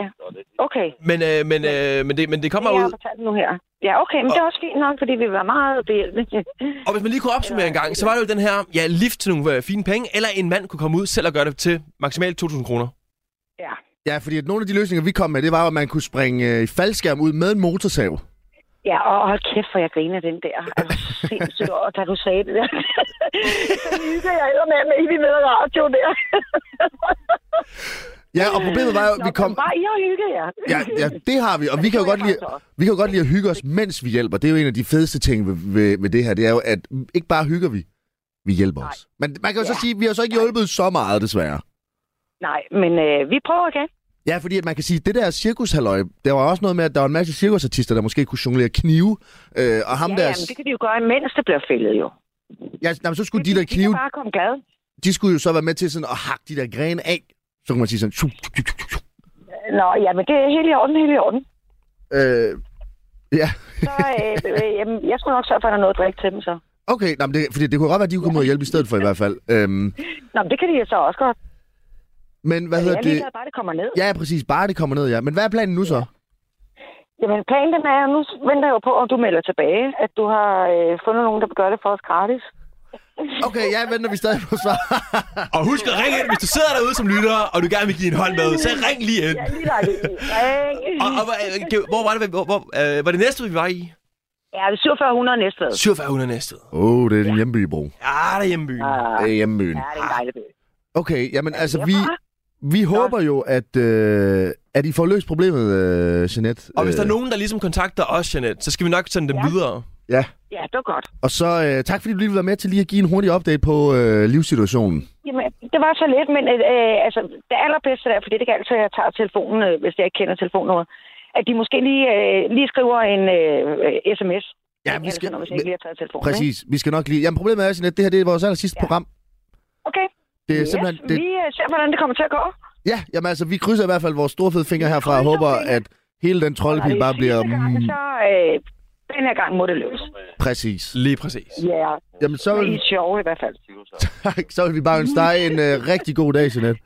[SPEAKER 5] Okay.
[SPEAKER 4] men, øh, men, øh, men, det, men det
[SPEAKER 5] Det
[SPEAKER 4] kommer
[SPEAKER 5] har jeg
[SPEAKER 4] ud.
[SPEAKER 5] fortalt nu her. Ja, okay, men det er også fint nok, fordi vi var meget behjælpelige.
[SPEAKER 4] Og hvis man lige kunne opsummere en gang, så var det jo den her ja, lift til nogle øh, fine penge, eller en mand kunne komme ud selv og gøre det til maksimalt 2.000 kroner.
[SPEAKER 5] ja.
[SPEAKER 3] Ja, fordi at nogle af de løsninger, vi kom med, det var, at man kunne springe øh, i faldskærm ud med en motorsav.
[SPEAKER 5] Ja, og hold kæft, for jeg griner af den der. Altså, sindssygt, og da du sagde det der. så hygger jeg æder med, med i med radio der.
[SPEAKER 3] Ja, og problemet var jo, at vi kom...
[SPEAKER 5] Nå, Bare I og hygge jer.
[SPEAKER 3] Ja, ja, det har vi, og vi kan jo godt lide, vi kan jo godt lide at hygge os, mens vi hjælper. Det er jo en af de fedeste ting ved, ved, ved det her, det er jo, at ikke bare hygger vi, vi hjælper os. Men man kan jo så
[SPEAKER 5] Ja.
[SPEAKER 3] sige, at vi har så ikke hjulpet så meget, desværre.
[SPEAKER 5] Nej, men øh, vi prøver igen.
[SPEAKER 3] Ja, fordi at man kan sige, at det der cirkushalløj, der var også noget med, at der var en masse cirkusartister, der måske kunne jonglere knive, øh, og ham
[SPEAKER 5] Ja,
[SPEAKER 3] ja, der...
[SPEAKER 5] jamen, det kan de jo gøre, imens det bliver fældet jo.
[SPEAKER 3] Ja, jamen, så skulle de der
[SPEAKER 5] De kan
[SPEAKER 3] knive,
[SPEAKER 5] bare komme glad.
[SPEAKER 3] de skulle jo så være med til sådan at hakke de der grene af. Så kunne man sige sådan... tju, tju, tju, tju, tju.
[SPEAKER 5] Nå, ja, men det er helt i orden, helt i orden.
[SPEAKER 3] Øh, ja,
[SPEAKER 5] Så, øh, øh, jamen, jeg skulle nok sørge for, at der er noget at drikke til dem så.
[SPEAKER 3] okay. Nå, men det, fordi det kunne godt være, at de kunne komme ud og hjælpe i stedet for i hvert fald. Øhm,
[SPEAKER 5] Nå, men det kan de jo så også godt.
[SPEAKER 3] men hvad hedder
[SPEAKER 5] Jeg
[SPEAKER 3] det?
[SPEAKER 5] ligeglad, bare det kommer ned. Ja.
[SPEAKER 3] Ja, præcis. Bare det kommer ned, ja. Men hvad er planen nu så?
[SPEAKER 5] Jamen, planen den er, nu venter jeg jo på, om du melder tilbage, at du har øh, fundet nogen, der gør det for os gratis.
[SPEAKER 3] Okay, jeg venter vi stadig på svar.
[SPEAKER 4] Og husk at ringe ind, hvis du sidder derude som lytter, og du gerne vil give en hånd med, så ring lige ind.
[SPEAKER 5] Ja, lige dig.
[SPEAKER 4] Og, og hvor, øh, det- hvor var det, hvor, hvor, øh, var det næste, vi var i?
[SPEAKER 5] Ja, det er 4700 næste ved.
[SPEAKER 4] 4700 næste.
[SPEAKER 3] Åh, oh, det er din hjemby, bro.
[SPEAKER 4] Ja, der er hjemmebyen.
[SPEAKER 3] Det er hjembyen.
[SPEAKER 5] Ja, det er en dejlig by.
[SPEAKER 3] Okay, jamen altså, vi, vi håber jo, at, øh, at I får løst problemet, øh, Jeanette.
[SPEAKER 4] Og hvis der er
[SPEAKER 3] Øh,
[SPEAKER 4] nogen, der ligesom kontakter os, Jeanette, så skal vi nok sende dem
[SPEAKER 5] Ja.
[SPEAKER 4] videre.
[SPEAKER 3] Ja,
[SPEAKER 5] Ja, det var godt.
[SPEAKER 3] og så øh, tak fordi du lige vil være med til lige at give en hurtig update på øh, livssituationen.
[SPEAKER 5] Jamen, det var så let, men øh, altså, det allerbedste der, fordi det kan altid, at jeg tager telefonen, øh, hvis jeg ikke kender telefonnummeret, at de måske lige, øh, lige skriver en øh, øh, sms.
[SPEAKER 3] Ja,
[SPEAKER 5] Eller
[SPEAKER 3] vi skal...
[SPEAKER 5] sådan noget, Hvis jeg ikke lige har taget telefonen. ikke?
[SPEAKER 3] Præcis, vi skal nok lige... Jamen problemet er, Jeanette, det her det er vores aller sidste
[SPEAKER 5] Ja.
[SPEAKER 3] program.
[SPEAKER 5] Okay.
[SPEAKER 3] Det er
[SPEAKER 5] yes,
[SPEAKER 3] simpelthen...
[SPEAKER 5] det...
[SPEAKER 3] Det,
[SPEAKER 5] Vi øh, ser, hvordan det kommer til at gå.
[SPEAKER 3] ja, jamen altså, vi krydser i hvert fald vores store fede fingre herfra og
[SPEAKER 5] krydser
[SPEAKER 3] håber,
[SPEAKER 5] fingre.
[SPEAKER 3] at hele den
[SPEAKER 5] Og
[SPEAKER 3] troldepil
[SPEAKER 5] det er
[SPEAKER 3] bare bliver...
[SPEAKER 5] sidste Gang,
[SPEAKER 3] Mm,
[SPEAKER 5] så øh, den her gang må det løs.
[SPEAKER 3] præcis.
[SPEAKER 4] Lige præcis.
[SPEAKER 5] Ja,
[SPEAKER 3] Jamen så
[SPEAKER 5] yeah. I
[SPEAKER 3] vil,
[SPEAKER 5] er sjove i hvert fald.
[SPEAKER 3] tak, så vil vi bare ønske dig en øh, rigtig god dag, Jeanette.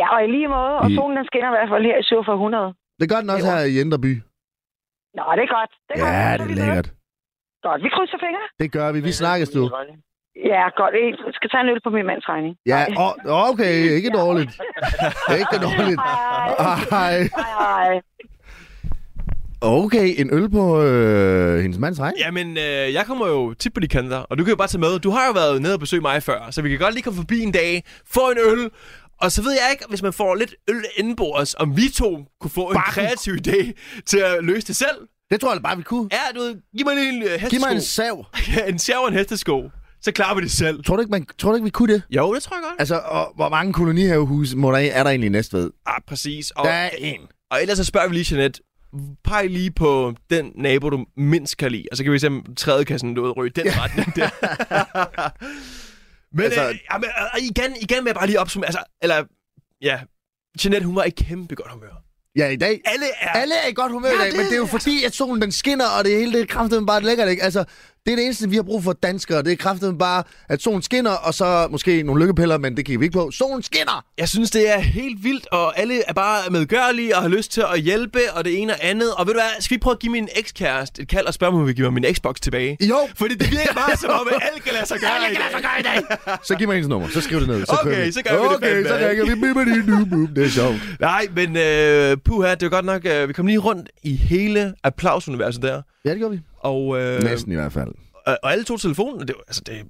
[SPEAKER 5] Ja, og i lige måde, og
[SPEAKER 3] I-
[SPEAKER 5] solen den skinner i hvert fald her i 7 for 100.
[SPEAKER 3] Det gør den også her i Indre By.
[SPEAKER 5] Nå, det er godt. Det er godt.
[SPEAKER 3] Ja,
[SPEAKER 5] Så
[SPEAKER 3] det
[SPEAKER 5] vi
[SPEAKER 3] er
[SPEAKER 5] ved.
[SPEAKER 3] lækkert.
[SPEAKER 5] Godt, vi krydser fingre.
[SPEAKER 3] Det gør vi. Vi snakkes, du.
[SPEAKER 5] Ja, godt. Jeg skal tage en øl på min mands regning.
[SPEAKER 3] Ja, og, okay, ikke dårligt. Ikke dårligt. Ah. Ej.
[SPEAKER 5] Hej.
[SPEAKER 3] Okay, en øl på øh, hendes mands regn.
[SPEAKER 4] Jamen, øh, jeg kommer jo tit på de kanter, og du kan jo bare tage med. Du har jo været nede og besøge mig før, så vi kan godt lige komme forbi en dag, få en øl, og så ved jeg ikke, hvis man får lidt øl indenbords, om vi to kunne få en kreativ idé til at løse det selv.
[SPEAKER 3] Det tror jeg da bare, vi kunne.
[SPEAKER 4] Ja, du ved, giv mig lige en øh, hestesko.
[SPEAKER 3] Giv mig en sav.
[SPEAKER 4] ja, en sjov og en hestesko. så klarer vi det selv.
[SPEAKER 3] Tror du ikke, man, tror du ikke vi kunne det?
[SPEAKER 4] Jo, det tror jeg godt.
[SPEAKER 3] Altså, og hvor mange kolonihavehuse må der, er der egentlig i Næstved?
[SPEAKER 4] Ah, præcis. Og, øh,
[SPEAKER 3] Der er en.
[SPEAKER 4] og ellers så spørger vi lige Jeanette, peg lige på den nabo, du mindst kan lide. Og så kan vi se, om træet kan sådan noget ryge i den retning der. Men altså,
[SPEAKER 3] Altså-
[SPEAKER 4] øh, jamen, øh, igen, igen vil jeg bare lige opsummere. Altså, eller, ja, Jeanette, hun var i kæmpe godt humør.
[SPEAKER 3] Ja, i dag.
[SPEAKER 4] Alle er...
[SPEAKER 3] Alle er i godt humør ja, i dag, det... men det er jo fordi, at solen den skinner, og det hele det er kraftedeme bare lækkert, ikke? Altså, det er det eneste, vi har brug for danskere. Det er kraftedeme bare, at solen skinner, og så måske nogle lykkepiller, men det kigger vi ikke på. Solen skinner!
[SPEAKER 4] Jeg synes, det er helt vildt, og alle er bare medgørlige og har lyst til at hjælpe, og det ene og andet. Og ved du hvad, skal vi prøve at give min ekskæreste et kald og spørge, om hun vil give mig min Xbox tilbage?
[SPEAKER 3] Jo!
[SPEAKER 4] Fordi det virker bare som om, at alle kan lade sig gøre i dag.
[SPEAKER 3] gør i dag! så giv mig hendes nummer, så skriv det ned. Så
[SPEAKER 4] Okay,
[SPEAKER 3] kører
[SPEAKER 4] så gør vi det
[SPEAKER 3] Okay,
[SPEAKER 4] fandme,
[SPEAKER 3] så ringer vi. Bip, bip, bip, bip. Det er sjovt.
[SPEAKER 4] Nej, men øh, puha, det var godt nok, øh, vi kom lige rundt i hele applausuniverset der.
[SPEAKER 3] Ja, det gør vi.
[SPEAKER 4] Og, øh,
[SPEAKER 3] Øhm. Næsten i hvert fald.
[SPEAKER 4] og, og alle tog telefonen, og det, var- altså, det,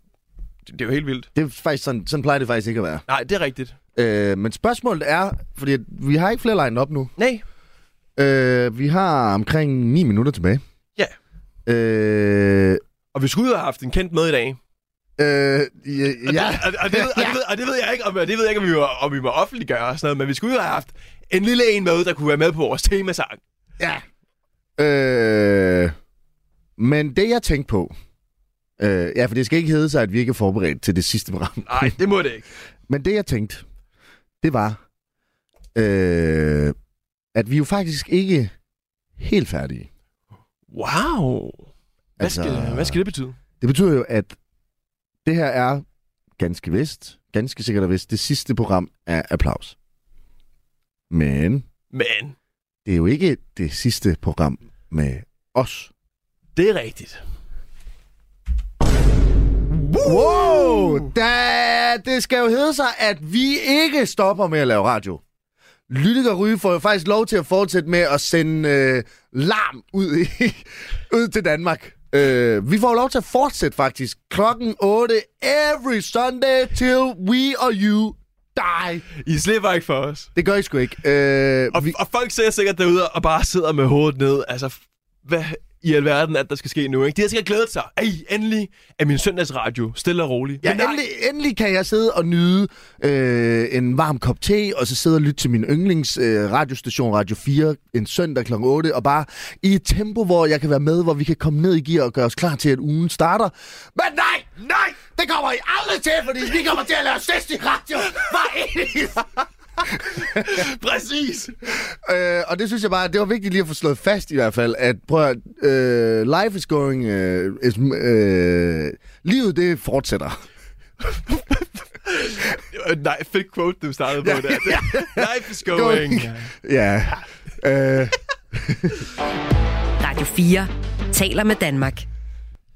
[SPEAKER 4] det, det er jo helt vildt.
[SPEAKER 3] Det er faktisk sådan, sådan plejer det faktisk ikke at være.
[SPEAKER 4] Nej, det er rigtigt.
[SPEAKER 3] Øh, men spørgsmålet er, fordi at vi har ikke flere lined op nu.
[SPEAKER 4] Nej,
[SPEAKER 3] Øh, vi har omkring 9 minutter tilbage.
[SPEAKER 4] Ja.
[SPEAKER 3] Øh,
[SPEAKER 4] og vi skulle jo have haft en kendt med i dag.
[SPEAKER 3] øh, ja.
[SPEAKER 4] Og Det, og, og, det ved, og, det ved, og det ved jeg ikke, om, og det ved jeg ikke, om vi, var, om vi må offentliggøre og sådan noget, men vi skulle jo have haft en lille en med, der kunne være med på vores temasang.
[SPEAKER 3] Ja. Øh, men det, jeg tænkte på... Øh, ja, for det skal ikke hedde sig, at vi ikke er forberedt til det sidste program.
[SPEAKER 4] Nej, det må det ikke.
[SPEAKER 3] Men det, jeg tænkte, det var, øh, at vi jo faktisk ikke helt færdige.
[SPEAKER 4] Wow. Hvad, altså... skal, hvad skal det betyde?
[SPEAKER 3] Det betyder jo, at det her er ganske vist, ganske sikkert og vist, det sidste program af Applaus. Men
[SPEAKER 4] Men
[SPEAKER 3] det er jo ikke det sidste program med os.
[SPEAKER 4] det er rigtigt.
[SPEAKER 3] Wow! Da, det skal jo hedde sig, at vi ikke stopper med at lave radio. Lytik og Ryge får jo faktisk lov til at fortsætte med at sende øh, larm ud, i, ud til Danmark. Øh, vi får jo lov til at fortsætte faktisk klokken 8 every Sunday till we or you die.
[SPEAKER 4] I slipper ikke for os.
[SPEAKER 3] Det gør I sgu ikke. Øh,
[SPEAKER 4] Og,
[SPEAKER 3] vi,
[SPEAKER 4] og folk ser sikkert derude og bare sidder med hovedet ned. Altså, f- hvad i alverden er det, der skal ske nu? Ikke? De har sikkert glædet sig. Ej, endelig er min søndagsradio stille og rolig.
[SPEAKER 3] Ja,
[SPEAKER 4] Men nej,
[SPEAKER 3] endelig, endelig kan jeg sidde og nyde øh, en varm kop te, og så sidde og lytte til min yndlings øh, radiostation Radio 4 en søndag kl. 8, og bare i et tempo, hvor jeg kan være med, hvor vi kan komme ned i gear og gøre os klar til, at ugen starter. Men nej, nej, det kommer I aldrig til, fordi vi kommer til at lave sidst i radio. Bare enige.
[SPEAKER 4] Præcis!
[SPEAKER 3] Øh, og det synes jeg bare, det var vigtigt lige at få slået fast i hvert fald, at prøv at, øh, life is going, øh, is, øh, livet det fortsætter.
[SPEAKER 4] Øh, Nej, fedt quote, du startede på ja, der. Ja. Life is going.
[SPEAKER 3] ja. Øh,
[SPEAKER 2] Radio 4 taler med Danmark.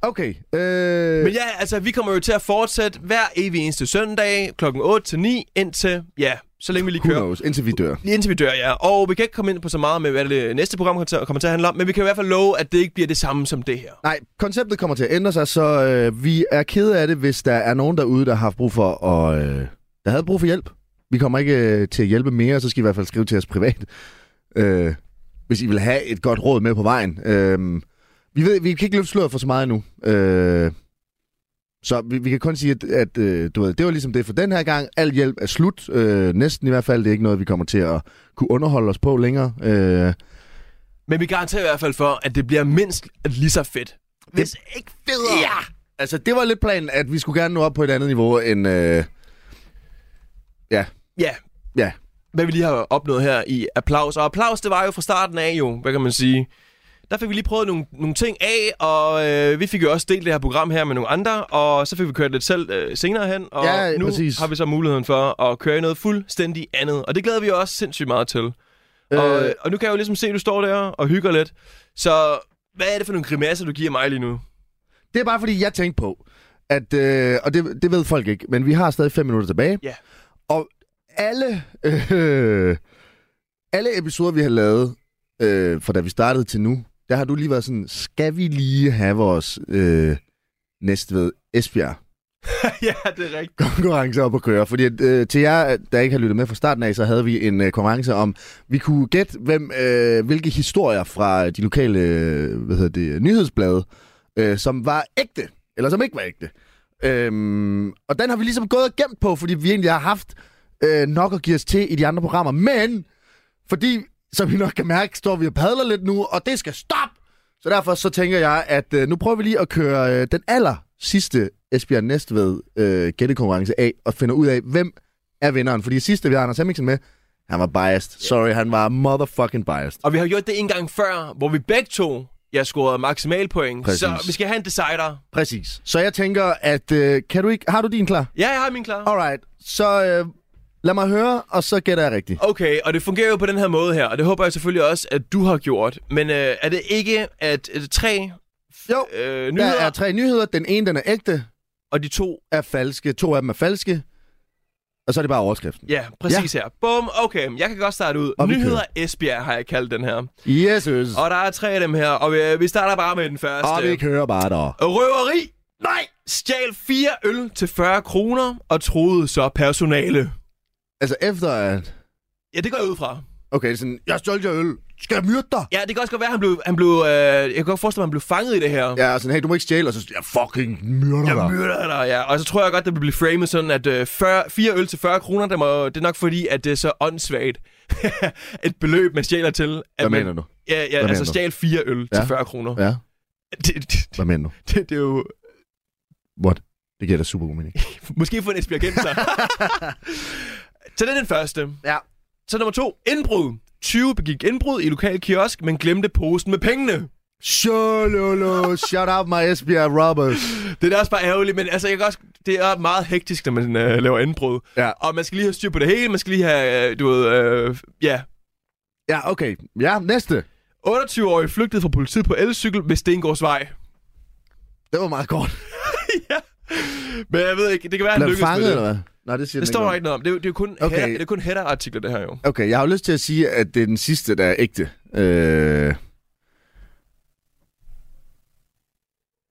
[SPEAKER 3] Okay. Øh,
[SPEAKER 4] Men ja, altså, vi kommer jo til at fortsætte hver evig eneste søndag kl. 8 til 9, indtil, ja, så længe vi lige
[SPEAKER 3] who
[SPEAKER 4] kører.
[SPEAKER 3] knows, indtil vi dør.
[SPEAKER 4] Lige indtil vi dør, ja. Og vi kan ikke komme ind på så meget med, hvad det næste program kommer til- kommer til at handle om, men vi kan i hvert fald love, at det ikke bliver det samme som det her.
[SPEAKER 3] Nej, konceptet kommer til at ændre sig, så øh, vi er kede af det, hvis der er nogen derude, der har haft brug for at, øh, der havde brug for hjælp. Vi kommer ikke øh, til at hjælpe mere, så skal I i hvert fald skrive til os privat, øh, hvis I vil have et godt råd med på vejen. Øh, vi ved, vi kan ikke løfte sløret for så meget endnu. Øh, så vi, vi kan kun sige, at, at øh, du ved, det var ligesom det for den her gang. Al hjælp er slut. Øh, næsten i hvert fald. Det er ikke noget, vi kommer til at kunne underholde os på længere. Øh,
[SPEAKER 4] Men vi garanterer i hvert fald for, at det bliver mindst lige så fedt. Hvis ikke federe. Ja.
[SPEAKER 3] Altså, det var lidt planen, at vi skulle gerne nå op på et andet niveau end... Øh... Ja,
[SPEAKER 4] Ja,
[SPEAKER 3] ja.
[SPEAKER 4] hvad vi lige har opnået her i applaus. Og applaus, det var jo fra starten af jo, hvad kan man sige. Der fik vi lige prøvet nogle, nogle ting af, og øh, vi fik jo også delt det her program her med nogle andre, og så fik vi kørt lidt selv øh, senere hen, og
[SPEAKER 3] Ja,
[SPEAKER 4] nu
[SPEAKER 3] præcis.
[SPEAKER 4] har vi så muligheden for at køre i noget fuldstændig andet, og det glæder vi også sindssygt meget til. Øh... Og, og nu kan jeg jo ligesom se, at du står der og hygger lidt, så hvad er det for nogle grimasser, du giver mig lige nu?
[SPEAKER 3] Det er bare fordi, jeg tænkte på, at... Øh... Og det, det ved folk ikke, men vi har stadig fem minutter tilbage.
[SPEAKER 4] Ja.
[SPEAKER 3] Og alle... Øh... Alle episoder, vi har lavet, øh, fra da vi startede til nu, der har du lige været sådan, skal vi lige have vores øh, næstved Esbjerg
[SPEAKER 4] ja, det er rigtigt.
[SPEAKER 3] konkurrence op at køre. Fordi at, øh, til jer, der ikke har lyttet med fra starten af, så havde vi en øh, konkurrence om, vi kunne gætte, hvem, øh, hvilke historier fra de Øh, lokale øh, hvad hedder det, nyhedsblade, øh, som var ægte, eller som ikke var ægte. Øhm, og den har vi ligesom gået og gemt på, fordi vi egentlig har haft øh, nok at give os til i de andre programmer. Men fordi, som vi nok kan mærke, står vi og padler lidt nu, og det skal stoppe! Så derfor så tænker jeg, at øh, nu prøver vi lige at køre øh, den aller sidste Esbjerg Næstved øh, gættekonkurrence af, og finder ud af, hvem er vinderen. Fordi sidste, vi har Anders Hemmingsen med, han var biased. Sorry, han var motherfucking biased.
[SPEAKER 4] Og vi har gjort det en gang før, hvor vi begge to jeg scorede maksimalpoint.
[SPEAKER 3] Præcis.
[SPEAKER 4] Så vi skal have en decider.
[SPEAKER 3] Præcis. Så jeg tænker, at øh, kan du ikke, har du din klar?
[SPEAKER 4] Ja, jeg har min klar.
[SPEAKER 3] Alright, så øh, lad mig høre, og så gætter jeg rigtigt.
[SPEAKER 4] Okay, og det fungerer jo på den her måde her, og det håber jeg selvfølgelig også, at du har gjort. Men øh, er det ikke, at øh, tre
[SPEAKER 3] Jo,
[SPEAKER 4] øh,
[SPEAKER 3] der
[SPEAKER 4] nyheder,
[SPEAKER 3] er tre nyheder. Den ene, den er ægte,
[SPEAKER 4] og de to...
[SPEAKER 3] er falske. To af dem er falske. Og så er det bare overskriften.
[SPEAKER 4] Ja, præcis ja. her. Bum, okay, men jeg kan godt starte ud.
[SPEAKER 3] Og vi
[SPEAKER 4] nyheder Esbjerg har jeg kaldt den her.
[SPEAKER 3] Yes, yes.
[SPEAKER 4] Og der er tre af dem her, og vi, øh, vi starter bare med den første.
[SPEAKER 3] Og vi kører bare der.
[SPEAKER 4] Røveri! Nej! Stjal fire øl til 40 kroner og troede så personale.
[SPEAKER 3] Altså efter at...
[SPEAKER 4] Ja, det går jeg ud fra.
[SPEAKER 3] Okay, sådan, jeg stjal jer øl. Skal jeg myrde dig?
[SPEAKER 4] Ja, det kan også godt være, at han blev... Han blev øh, jeg kan godt forestille mig, at han blev fanget i det her.
[SPEAKER 3] Ja, sådan, hey, du må ikke stjæle, og så jeg fucking myrder
[SPEAKER 4] Jeg
[SPEAKER 3] dig.
[SPEAKER 4] myrder dig, ja. Og så tror jeg godt, det vil blive framet sådan, at øh, 40, fire øl til 40 kroner, det, må, det er nok fordi, at det er så åndssvagt et beløb, man stjæler til. At
[SPEAKER 3] Hvad
[SPEAKER 4] man,
[SPEAKER 3] mener du?
[SPEAKER 4] Ja, ja
[SPEAKER 3] mener
[SPEAKER 4] altså
[SPEAKER 3] du?
[SPEAKER 4] stjal fire øl
[SPEAKER 3] Ja.
[SPEAKER 4] til 40 kroner.
[SPEAKER 3] Ja,
[SPEAKER 4] Det, det,
[SPEAKER 3] hvad mener du?
[SPEAKER 4] det, det, er jo...
[SPEAKER 3] What? Det giver da super god mening.
[SPEAKER 4] Måske få en Esbjerg gemt sig. så det er den første.
[SPEAKER 3] Ja.
[SPEAKER 4] Så nummer to. Indbrud. 20 begik indbrud i lokal kiosk, men glemte posen med pengene.
[SPEAKER 3] Shalolo, shut up, my Esbjerg robbers.
[SPEAKER 4] Det er da også bare ærgerligt, men altså, jeg kan også, det er meget hektisk, når man øh, laver indbrud.
[SPEAKER 3] Ja.
[SPEAKER 4] Og man skal lige have styr på det hele, man skal lige have, øh, du ved, øh, ja.
[SPEAKER 3] Ja, okay. Ja, næste.
[SPEAKER 4] 28-årig flygtede fra politiet på elcykel ved Stengårdsvej.
[SPEAKER 3] Det var meget godt.
[SPEAKER 4] ja. Men jeg ved ikke, det kan være, han
[SPEAKER 3] Blev
[SPEAKER 4] lykkedes
[SPEAKER 3] fanget,
[SPEAKER 4] med det.
[SPEAKER 3] eller hvad? Nej, det siger
[SPEAKER 4] Det
[SPEAKER 3] den
[SPEAKER 4] står der
[SPEAKER 3] om.
[SPEAKER 4] ikke noget om. Det er, jo- det er jo kun, okay.
[SPEAKER 3] Okay.
[SPEAKER 4] header, det er kun header-artikler, det her jo.
[SPEAKER 3] Okay, jeg har jo lyst til at sige, at det er den sidste, der er ægte. Øh...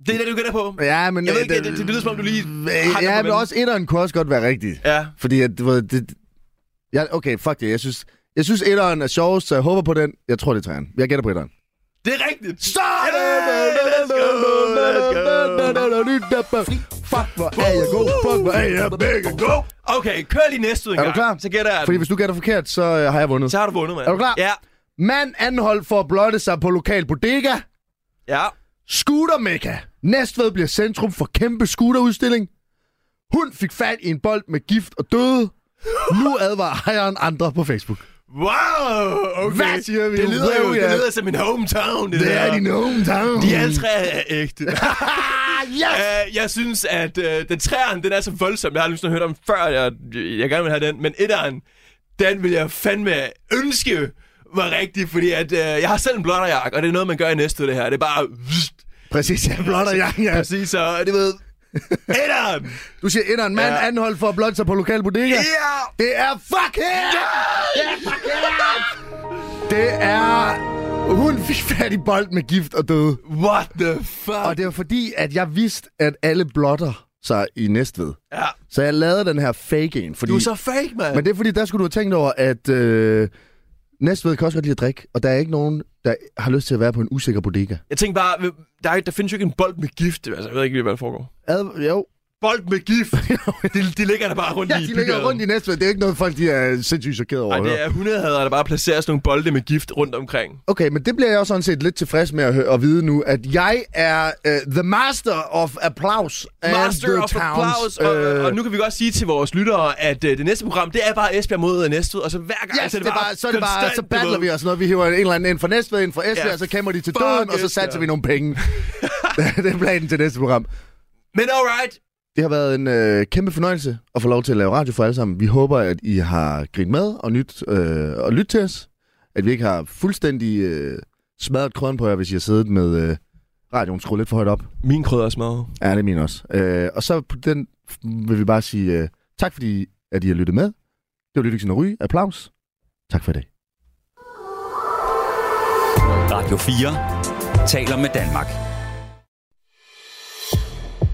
[SPEAKER 4] Det er det, du gætter på.
[SPEAKER 3] Ja, men...
[SPEAKER 4] Jeg ved ikke, det, det, det lyder som om, du lige... har
[SPEAKER 3] Øh,
[SPEAKER 4] det på
[SPEAKER 3] Ja, men
[SPEAKER 4] venden.
[SPEAKER 3] også etteren kunne også godt være rigtig.
[SPEAKER 4] Ja,
[SPEAKER 3] Fordi, at, du ved, det... Ja, okay, fuck det. Jeg synes, jeg synes etteren er sjovest, så jeg håber på den. Jeg tror, det er træeren. Jeg gætter på etteren.
[SPEAKER 4] det er rigtigt.
[SPEAKER 3] Stop!
[SPEAKER 4] Yeah, let's go, let's
[SPEAKER 3] go! Fuck, hvor er jeg god. Fuck, hvor er jeg mega god.
[SPEAKER 4] Okay, kør lige næste ud en
[SPEAKER 3] Er du
[SPEAKER 4] gang.
[SPEAKER 3] klar?
[SPEAKER 4] Så gætter jeg
[SPEAKER 3] Fordi
[SPEAKER 4] den.
[SPEAKER 3] hvis du gætter forkert, så øh, har jeg vundet.
[SPEAKER 4] Så har du vundet, mand.
[SPEAKER 3] Er du klar?
[SPEAKER 4] Ja.
[SPEAKER 3] Mand anholdt for at blotte sig på lokal bodega.
[SPEAKER 4] Ja.
[SPEAKER 3] Scootermekka. Næstved bliver centrum for kæmpe scooterudstilling. Hun fik fat i en bold med gift og døde. Nu advarer ejeren andre på Facebook.
[SPEAKER 4] Wow, okay.
[SPEAKER 3] Hvad siger vi?
[SPEAKER 4] Det lyder jo
[SPEAKER 3] Wow, ja.
[SPEAKER 4] det lyder som min hometown, det,
[SPEAKER 3] Det
[SPEAKER 4] der.
[SPEAKER 3] er din hometown.
[SPEAKER 4] De alle tre er ægte.
[SPEAKER 3] Ah, yes!
[SPEAKER 4] Uh, jeg synes, at uh, den træeren, den er så voldsom. Jeg har lyst til at høre om før, jeg, jeg gerne vil have den. Men etteren, den vil jeg fandme ønske var rigtig, fordi at, uh, jeg har selv en blotterjakke, og det er noget, man gør i næste det her. Det er bare...
[SPEAKER 3] Præcis, jeg blotter jeg. Ja.
[SPEAKER 4] Præcis, så det ved... Etteren!
[SPEAKER 3] Du siger endnu en mand
[SPEAKER 4] Ja.
[SPEAKER 3] ja. anholdt for at blotte sig på lokal bodega.
[SPEAKER 4] Ja!
[SPEAKER 3] Det er fucking! Det er fucking! Det er... Hun fik fat i bold med gift og døde.
[SPEAKER 4] What the fuck?
[SPEAKER 3] Og det var fordi, at jeg vidste, at alle blotter sig i Næstved.
[SPEAKER 4] Ja.
[SPEAKER 3] Så jeg lavede den her fake en, fordi...
[SPEAKER 4] Du er så fake, mand.
[SPEAKER 3] Men det er fordi, der skulle du have tænkt over, at øh, Næstved kan også godt lide at drikke, og der er ikke nogen, der har lyst til at være på en usikker bodega.
[SPEAKER 4] Jeg tænkte bare, der, er, der findes jo ikke en bold med gift. Altså, jeg ved ikke lige, hvad der foregår.
[SPEAKER 3] Ad, jo.
[SPEAKER 4] Bold med gift! de, de ligger der bare rundt
[SPEAKER 3] Ja,
[SPEAKER 4] i
[SPEAKER 3] de ligger rundt i Næstved. Det er ikke noget, folk de er sindssygt chokeret over.
[SPEAKER 4] Nej,
[SPEAKER 3] at høre.
[SPEAKER 4] det er 100 hader, der bare placerer sådan nogle bolde med gift rundt omkring.
[SPEAKER 3] Okay, men det bliver jeg også sådan set lidt tilfreds med at, hø- at vide nu, at jeg er uh, the master of applause and
[SPEAKER 4] Master
[SPEAKER 3] the
[SPEAKER 4] of
[SPEAKER 3] towns.
[SPEAKER 4] applause. Og,
[SPEAKER 3] øh,
[SPEAKER 4] og, nu kan vi godt sige til vores lyttere, at øh, det næste program, det er bare Esbjerg mod Næstved, og så hver gang,
[SPEAKER 3] Øh, Yes, så, det er bare, så, er det bare, så
[SPEAKER 4] Altså, konstant, du
[SPEAKER 3] battler
[SPEAKER 4] ved.
[SPEAKER 3] vi os noget. Vi hiver en eller anden ind fra Næstved, ind fra Esbjerg,
[SPEAKER 4] Ja,
[SPEAKER 3] og så kæmper de til
[SPEAKER 4] fuck
[SPEAKER 3] døden, og så
[SPEAKER 4] Esbjerg.
[SPEAKER 3] satser vi nogle penge. det er planen til næste program.
[SPEAKER 4] Men alright,
[SPEAKER 3] Det har været en øh, kæmpe fornøjelse at få lov til at lave radio for alle sammen. Vi håber, at I har grint med og, nyt, øh, og lyttet til os. At vi ikke har fuldstændig øh, smadret krøn på jer, hvis I har siddet med øh, radioen skruet lidt for højt op.
[SPEAKER 4] min krydder er smadret.
[SPEAKER 3] Ja, det er min også. Øh, og så på den vil vi bare sige øh, tak, fordi at I har lyttet med. Det var Lyttelsen og Ryge. Applaus. Tak for i dag.
[SPEAKER 1] Radio 4 taler med Danmark.